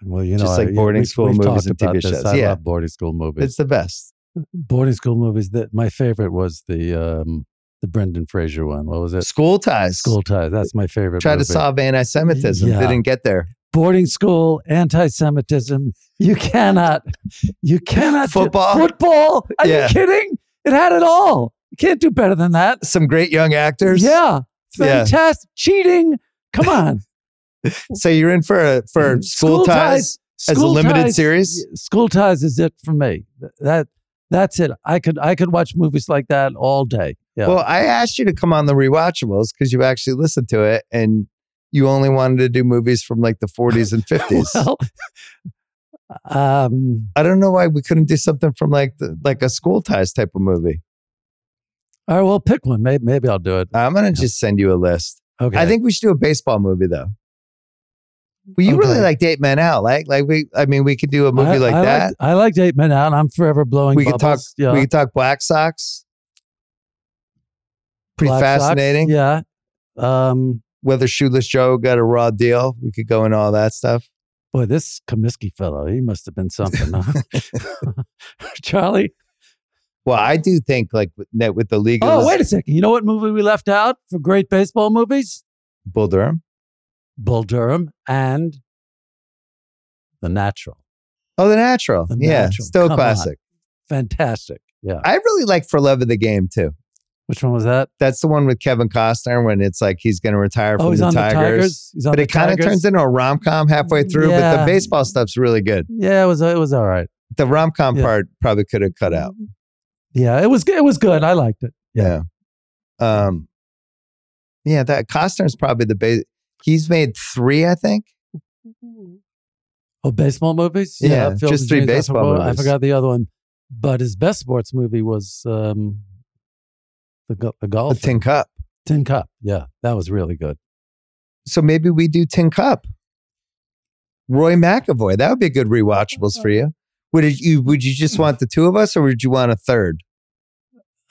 Speaker 2: well, you know,
Speaker 1: just like
Speaker 2: I- we-
Speaker 1: boarding
Speaker 2: we've-
Speaker 1: school
Speaker 2: we've
Speaker 1: movies
Speaker 2: talked
Speaker 1: and TV
Speaker 2: about this.
Speaker 1: shows.
Speaker 2: I
Speaker 1: Yeah.
Speaker 2: love boarding school movies.
Speaker 1: It's the best.
Speaker 2: boarding school movies that my favorite was the um the Brendan Fraser one. What was it?
Speaker 1: School ties.
Speaker 2: School Ties. That's my favorite.
Speaker 1: Try to
Speaker 2: movie.
Speaker 1: solve anti-Semitism.
Speaker 2: Yeah.
Speaker 1: Didn't get there.
Speaker 2: boarding school anti-Semitism. You cannot. You cannot do-
Speaker 1: Football?
Speaker 2: football. Are
Speaker 1: Yeah.
Speaker 2: you kidding? It had it all. You can't do better than that.
Speaker 1: Some great young actors.
Speaker 2: yeah.
Speaker 1: Yeah.
Speaker 2: Fantastic. Cheating. Come on.
Speaker 1: So you're in for a, for
Speaker 2: Mm,
Speaker 1: school,
Speaker 2: School
Speaker 1: ties, as a
Speaker 2: School
Speaker 1: limited
Speaker 2: Ties-
Speaker 1: series.
Speaker 2: School Ties is it for me. Th- That that's it. I could I could watch movies like that all day. Yeah.
Speaker 1: Well, I asked you to come on the rewatchables because you actually listened to it, and you only wanted to do movies from like the 40s and 50s.
Speaker 2: Well, um.
Speaker 1: I don't know why we couldn't do something from like the, like a school ties type of movie.
Speaker 2: All right. Well, pick one. Maybe maybe I'll do it.
Speaker 1: I'm gonna just send you a list.
Speaker 2: Okay.
Speaker 1: I think we should do a baseball movie though. Well, you really
Speaker 2: Okay.
Speaker 1: like Date Men Out, like like we. I mean, we could do a movie
Speaker 2: I-
Speaker 1: like
Speaker 2: I
Speaker 1: that.
Speaker 2: liked- I liked Eight Men Out. I'm forever blowing.
Speaker 1: we could
Speaker 2: bubbles.
Speaker 1: talk.
Speaker 2: Yeah.
Speaker 1: We could talk Black Sox. Pretty
Speaker 2: Black Sox,
Speaker 1: fascinating.
Speaker 2: yeah. Um,
Speaker 1: Whether Shoeless Joe got a raw deal, we could go into all that stuff.
Speaker 2: boy, this Comiskey fellow, he must have been something. huh? Charlie.
Speaker 1: Well, I do think like with- that with the league. it was
Speaker 2: Oh, wait a second. You know what movie we left out for great baseball movies?
Speaker 1: Bull Durham.
Speaker 2: Bull Durham and The Natural.
Speaker 1: Oh, The Natural.
Speaker 2: The
Speaker 1: yeah,
Speaker 2: Natural.
Speaker 1: still a
Speaker 2: Come on.
Speaker 1: classic.
Speaker 2: Fantastic. Yeah.
Speaker 1: I really like For Love of the Game too.
Speaker 2: Which one was that?
Speaker 1: That's the one with Kevin Costner when it's like he's going to retire from
Speaker 2: Oh, he's
Speaker 1: the,
Speaker 2: on
Speaker 1: Tigers.
Speaker 2: the Tigers. He's on
Speaker 1: But
Speaker 2: the
Speaker 1: it kind of
Speaker 2: Tigers.
Speaker 1: turns into a rom com halfway through. But the
Speaker 2: Yeah.
Speaker 1: baseball stuff's really good.
Speaker 2: Yeah, it was it was all right.
Speaker 1: The rom com
Speaker 2: Yeah.
Speaker 1: part probably could have cut out.
Speaker 2: Yeah, it was good. It was good. I liked it.
Speaker 1: Yeah. Um. Yeah, that Costner's probably the base. He's made three, I think.
Speaker 2: Oh, baseball movies?
Speaker 1: Yeah,
Speaker 2: Fields
Speaker 1: just
Speaker 2: and
Speaker 1: three
Speaker 2: James. I
Speaker 1: baseball
Speaker 2: forgot- I
Speaker 1: movies.
Speaker 2: forgot the other one. But his best sports movie was um, the, go-
Speaker 1: The
Speaker 2: the golf
Speaker 1: Tin Cup.
Speaker 2: Tin Cup. Yeah, that was really good.
Speaker 1: So maybe we do Tin Cup. Roy McAvoy. That would be good rewatchables for you. Would it- you would you just want the two of us or would you want a third?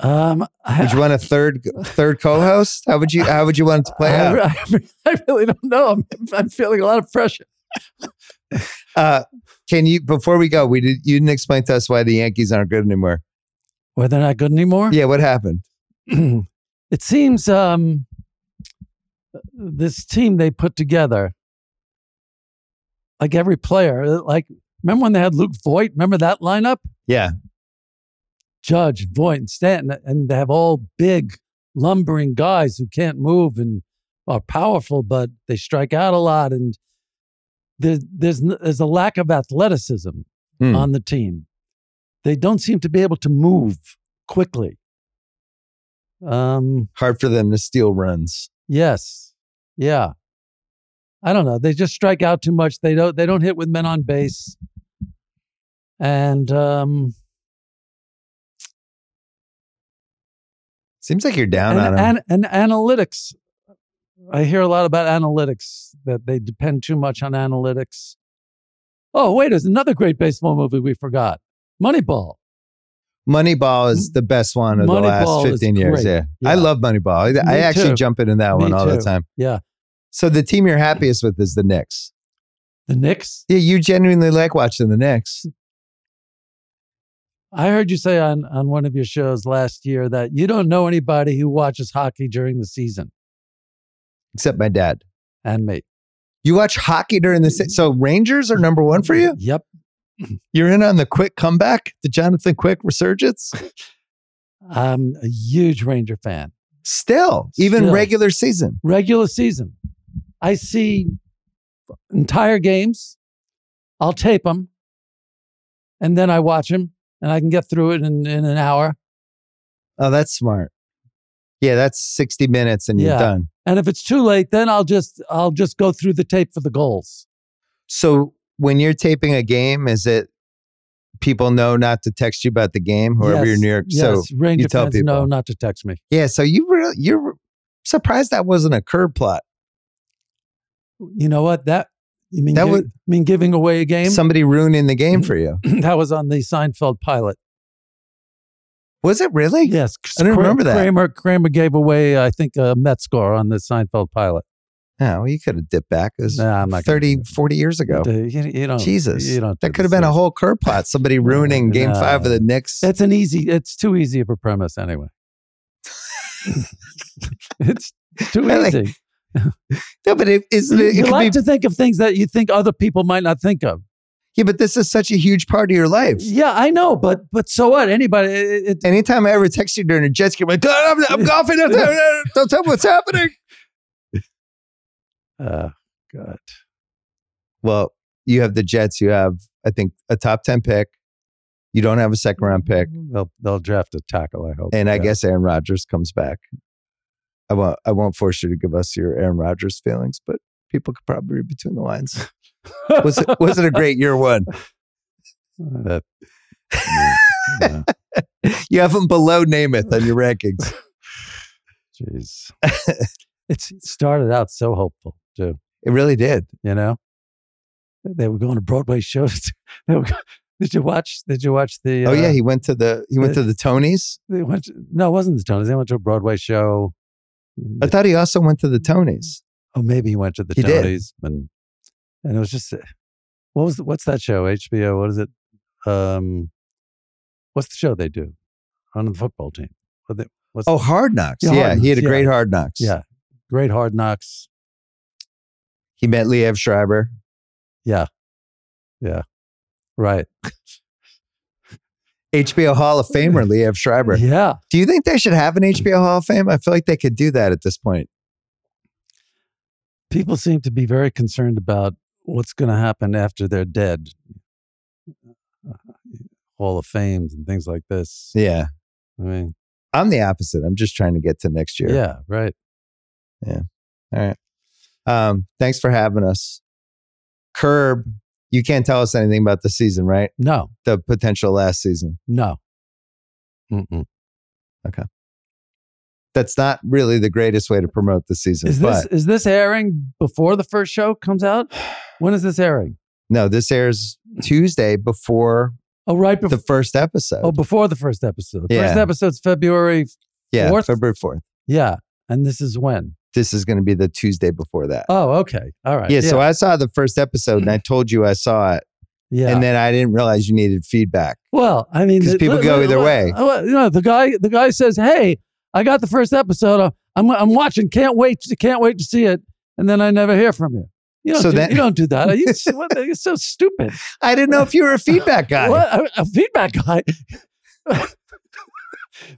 Speaker 2: Um, I,
Speaker 1: Would you want a third third co-host? How would you how would you want it to play out?
Speaker 2: I, I really don't know. I'm, I'm feeling a lot of pressure.
Speaker 1: Uh, can you before we go, we did you didn't explain to us why the Yankees aren't good anymore.
Speaker 2: Well, they're not good anymore.
Speaker 1: Yeah, what happened?
Speaker 2: it seems um, this team they put together, like every player, like remember when they had Luke Voigt? Remember that lineup?
Speaker 1: Yeah.
Speaker 2: Judge, Voigt, and Stanton, and they have all big, lumbering guys who can't move and are powerful, but they strike out a lot, and there's there's n- there's a lack of athleticism
Speaker 1: Hmm.
Speaker 2: on the team. They don't seem to be able to move quickly. Um,
Speaker 1: Hard for them to steal runs.
Speaker 2: yes. Yeah. I don't know. They just strike out too much. They don't they don't hit with men on base. And um
Speaker 1: Seems like you're down
Speaker 2: and,
Speaker 1: on them.
Speaker 2: and, and analytics. I hear a lot about analytics that they depend too much on analytics. Oh, wait, there's another great baseball movie we forgot. Moneyball.
Speaker 1: Moneyball is the best one of the last
Speaker 2: Moneyball is
Speaker 1: 15 years.
Speaker 2: great.
Speaker 1: Yeah. I
Speaker 2: Yeah.
Speaker 1: love Moneyball. I, I
Speaker 2: Me
Speaker 1: actually
Speaker 2: too.
Speaker 1: jump into that
Speaker 2: Me
Speaker 1: one all the
Speaker 2: too.
Speaker 1: time.
Speaker 2: Yeah.
Speaker 1: So the team you're happiest with is the Knicks.
Speaker 2: The Knicks.
Speaker 1: Yeah, you genuinely like watching the Knicks.
Speaker 2: I heard you say on, on one of your shows last year that you don't know anybody who watches hockey during the season
Speaker 1: Except my dad.
Speaker 2: and me.
Speaker 1: You watch hockey during the se- so Rangers are number one for you.
Speaker 2: Yep.
Speaker 1: You're in on the quick comeback, the Jonathan Quick resurgence.
Speaker 2: I'm a huge Ranger fan.
Speaker 1: Still, even
Speaker 2: Still.
Speaker 1: regular season.
Speaker 2: Regular season. I see entire games. I'll tape them and then I watch them and I can get through it in, in an hour.
Speaker 1: Oh, that's smart. Yeah, that's 60 minutes and you're
Speaker 2: Yeah.
Speaker 1: done.
Speaker 2: And if it's too late, then I'll just I'll just go through the tape for the goals.
Speaker 1: So when you're taping a game, is it people know not to text you about the game, whoever you're
Speaker 2: Yes,
Speaker 1: New York?
Speaker 2: Yes,
Speaker 1: So
Speaker 2: Ranger
Speaker 1: tell
Speaker 2: fans know
Speaker 1: people.
Speaker 2: not to text me.
Speaker 1: yeah, so you really you're surprised that wasn't a curb plot.
Speaker 2: You know what? That you mean
Speaker 1: That
Speaker 2: that
Speaker 1: would-
Speaker 2: mean giving away a game?
Speaker 1: Somebody ruining the
Speaker 2: Mm-hmm.
Speaker 1: game for you.
Speaker 2: that was on the Seinfeld pilot.
Speaker 1: Was it really?
Speaker 2: Yes,
Speaker 1: I didn't
Speaker 2: Kra-
Speaker 1: remember that.
Speaker 2: Kramer Kramer gave away, I think, a Met score on the Seinfeld pilot.
Speaker 1: Yeah, Oh, well, you could have dipped back. It was
Speaker 2: Nah, I'm not gonna
Speaker 1: 30,
Speaker 2: do that.
Speaker 1: 40 years ago.
Speaker 2: But, uh, You, you don't,
Speaker 1: Jesus.
Speaker 2: you don't. do
Speaker 1: That could have
Speaker 2: this
Speaker 1: been a
Speaker 2: stuff.
Speaker 1: whole curb plot. Somebody ruining game
Speaker 2: Nah.
Speaker 1: five of the Knicks.
Speaker 2: It's an easy. It's too easy of a premise, anyway. it's too
Speaker 1: I like-
Speaker 2: easy.
Speaker 1: no, but it, isn't
Speaker 2: You,
Speaker 1: it, it
Speaker 2: you
Speaker 1: could
Speaker 2: like
Speaker 1: be,
Speaker 2: to think of things that you think other people might not think of.
Speaker 1: yeah, but this is such a huge part of your life.
Speaker 2: Yeah, I know, but but so what? Anybody? It, it,
Speaker 1: Anytime I ever text you during a jet ski, I'm like, "Oh, I'm, I'm golfing. Don't tell- don't tell me what's happening.
Speaker 2: oh God.
Speaker 1: Well, you have the Jets. You have, I think, a top 10 pick. You don't have a second round pick.
Speaker 2: They'll they'll draft a tackle. I hope.
Speaker 1: And I
Speaker 2: Yeah.
Speaker 1: guess Aaron Rodgers comes back. I won't, I won't force you to give us your Aaron Rodgers feelings, but people could probably read between the lines. Was it, was it a great year one?
Speaker 2: That- yeah, yeah,
Speaker 1: You have him below Namath on your rankings.
Speaker 2: Jeez. It's, it started out so hopeful, too.
Speaker 1: It really did.
Speaker 2: You know, they were going to Broadway shows. They were go- did you watch? Did you watch the?
Speaker 1: Oh yeah,
Speaker 2: uh,
Speaker 1: he went to the he went to the Tonys.
Speaker 2: they went. to- no, it wasn't the Tonys. They went to a Broadway show.
Speaker 1: I thought he also went to the Tonys.
Speaker 2: Oh, maybe he went to the
Speaker 1: Uh, He did.
Speaker 2: Tonys, and and it was just what was the, what's that show? HBO. What is it? Um, what's the show they do on the football team? What they, what's
Speaker 1: Oh, Hard Knocks.
Speaker 2: Yeah,
Speaker 1: Yeah,
Speaker 2: Hard
Speaker 1: he had a
Speaker 2: Knocks,
Speaker 1: great Hard Knocks.
Speaker 2: yeah, great hard knocks.
Speaker 1: he met Liev Schreiber.
Speaker 2: Right.
Speaker 1: HBO Hall of Famer Liev Schreiber.
Speaker 2: Yeah.
Speaker 1: Do you think they should have an HBO Hall of Fame? I feel like they could do that at this point.
Speaker 2: People seem to be very concerned about what's going to happen after they're dead. Hall of Fames and things like this.
Speaker 1: Yeah,
Speaker 2: I mean,
Speaker 1: I'm the opposite. I'm just trying to get to next year.
Speaker 2: yeah, right.
Speaker 1: Um, thanks for having us. Curb You can't tell us anything about the season, right?
Speaker 2: No,
Speaker 1: The potential last season.
Speaker 2: no. Mm-mm.
Speaker 1: That's not really the greatest way to promote the season.
Speaker 2: Is
Speaker 1: but
Speaker 2: this is this airing before the first show comes out? When is this airing?
Speaker 1: no, this airs Tuesday before
Speaker 2: Oh, right before.
Speaker 1: the first episode.
Speaker 2: oh, before the first episode. The first
Speaker 1: Yeah.
Speaker 2: episode's February.
Speaker 1: yeah,
Speaker 2: fourth?
Speaker 1: February 4th.
Speaker 2: Yeah, and this is when.
Speaker 1: This is going to be the Tuesday before that.
Speaker 2: Oh, okay. All right.
Speaker 1: yeah, so I saw the first episode and I told you I saw it.
Speaker 2: yeah.
Speaker 1: And then I didn't realize you needed feedback.
Speaker 2: Well, I mean,
Speaker 1: 'Cause
Speaker 2: the-
Speaker 1: people
Speaker 2: li-
Speaker 1: go
Speaker 2: li-
Speaker 1: either
Speaker 2: li-
Speaker 1: way.
Speaker 2: uh, well, You know, the guy, the guy says, "Hey, I got the first episode. Uh, I'm, I'm watching. Can't wait. To, can't wait to see it." And then I never hear from you. You don't,
Speaker 1: So
Speaker 2: do,
Speaker 1: that-
Speaker 2: you don't do that. You, what the- you're so stupid.
Speaker 1: I didn't know if you were a feedback guy.
Speaker 2: What, a, a feedback guy.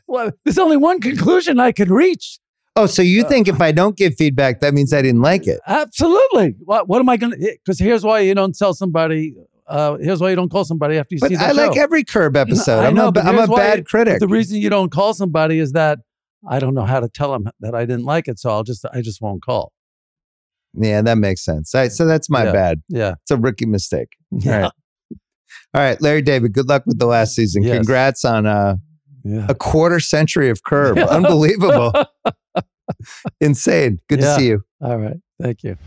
Speaker 2: well, there's only one conclusion I could reach.
Speaker 1: Oh, so you think if I don't give feedback, that means I didn't like it?
Speaker 2: Absolutely. What, what am I going to? Because here's why you don't tell somebody. Uh, here's why you don't call somebody after you
Speaker 1: But
Speaker 2: see the
Speaker 1: I like
Speaker 2: show.
Speaker 1: every Curb episode.
Speaker 2: I
Speaker 1: I'm,
Speaker 2: know,
Speaker 1: a,
Speaker 2: but
Speaker 1: I'm a
Speaker 2: here's why
Speaker 1: bad
Speaker 2: it-
Speaker 1: critic.
Speaker 2: the reason you don't call somebody is that I don't know how to tell them that I didn't like it, so I'll just I just won't call.
Speaker 1: yeah, that makes sense. All right, so that's my
Speaker 2: Yeah.
Speaker 1: bad.
Speaker 2: Yeah.
Speaker 1: It's a rookie mistake. All
Speaker 2: Yeah.
Speaker 1: right. All right, Larry David, good luck with the last season.
Speaker 2: Yes.
Speaker 1: Congrats on uh,
Speaker 2: Yeah.
Speaker 1: a quarter century of Curb. Unbelievable. Insane. Good
Speaker 2: Yeah.
Speaker 1: to see you.
Speaker 2: All right. Thank you.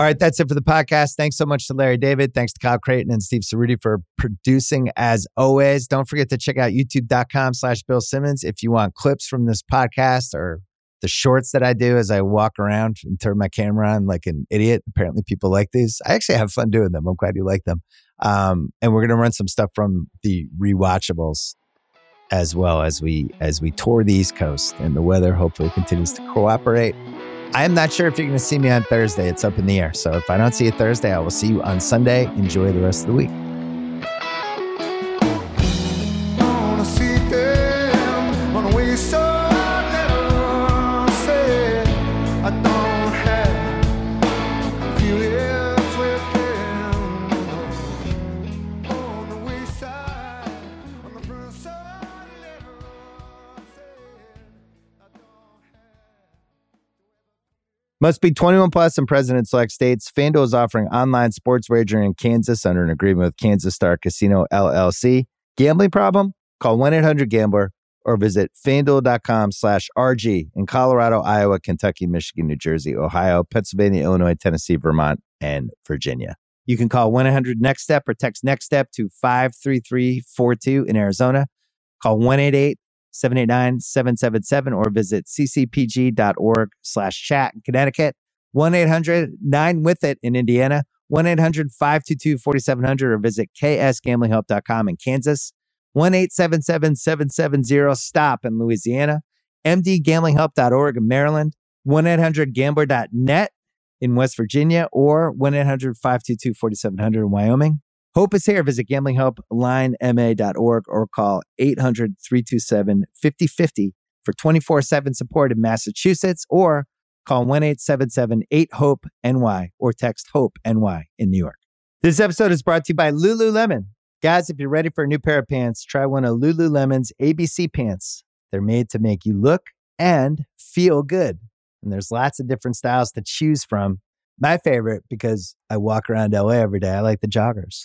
Speaker 1: All right, that's it for the podcast. Thanks so much to Larry David. Thanks to Kyle Creighton and Steve Cerruti for producing as always. Don't forget to check out youtube.com slash Bill Simmons if you want clips from this podcast or the shorts that I do as I walk around and turn my camera on like an idiot. Apparently people like these. I actually have fun doing them. I'm glad you like them. Um, and we're gonna run some stuff from the rewatchables as well as we as we tour the East Coast and the weather hopefully continues to cooperate. I am not sure if you're going to see me on Thursday. It's up in the air. So if I don't see you Thursday, I will see you on Sunday. Enjoy the rest of the week.
Speaker 3: Wanna see them on a way so narrow. Say, I don't have feelings within. On the wayside, on the front side, letter.
Speaker 1: Must be 21 plus in President Select states. FanDuel is offering online sports wagering in Kansas under an agreement with Kansas Star Casino LLC. Gambling problem? Call 1-800-GAMBLER or visit FanDuel.com slash RG in Colorado, Iowa, Kentucky, Michigan, New Jersey, Ohio, Pennsylvania, Illinois, Tennessee, Vermont, and Virginia. You can call 1-800-NEXT-STEP or text NEXT-STEP to 53342 in Arizona. Call 188 789-777 or visit ccpg.org slash chat in Connecticut, 1-800-9-WITH-IT in Indiana, 1-800-522-4700 or visit ksgamblinghelp.com in Kansas, 1-877-770-STOP in Louisiana, mdgamblinghelp.org in Maryland, 1-800-GAMBLER.net in West Virginia or 1-800-522-4700 in Wyoming. Hope is here. Visit gamblinghelplinemA.org or call 800 327 5050 for 24 7 support in Massachusetts or call 1 877 8 HOPE NY or text HOPE NY in New York. This episode is brought to you by Lululemon. Guys, if you're ready for a new pair of pants, try one of Lululemon's ABC pants. They're made to make you look and feel good. And there's lots of different styles to choose from. My favorite, because I walk around LA every day, I like the joggers.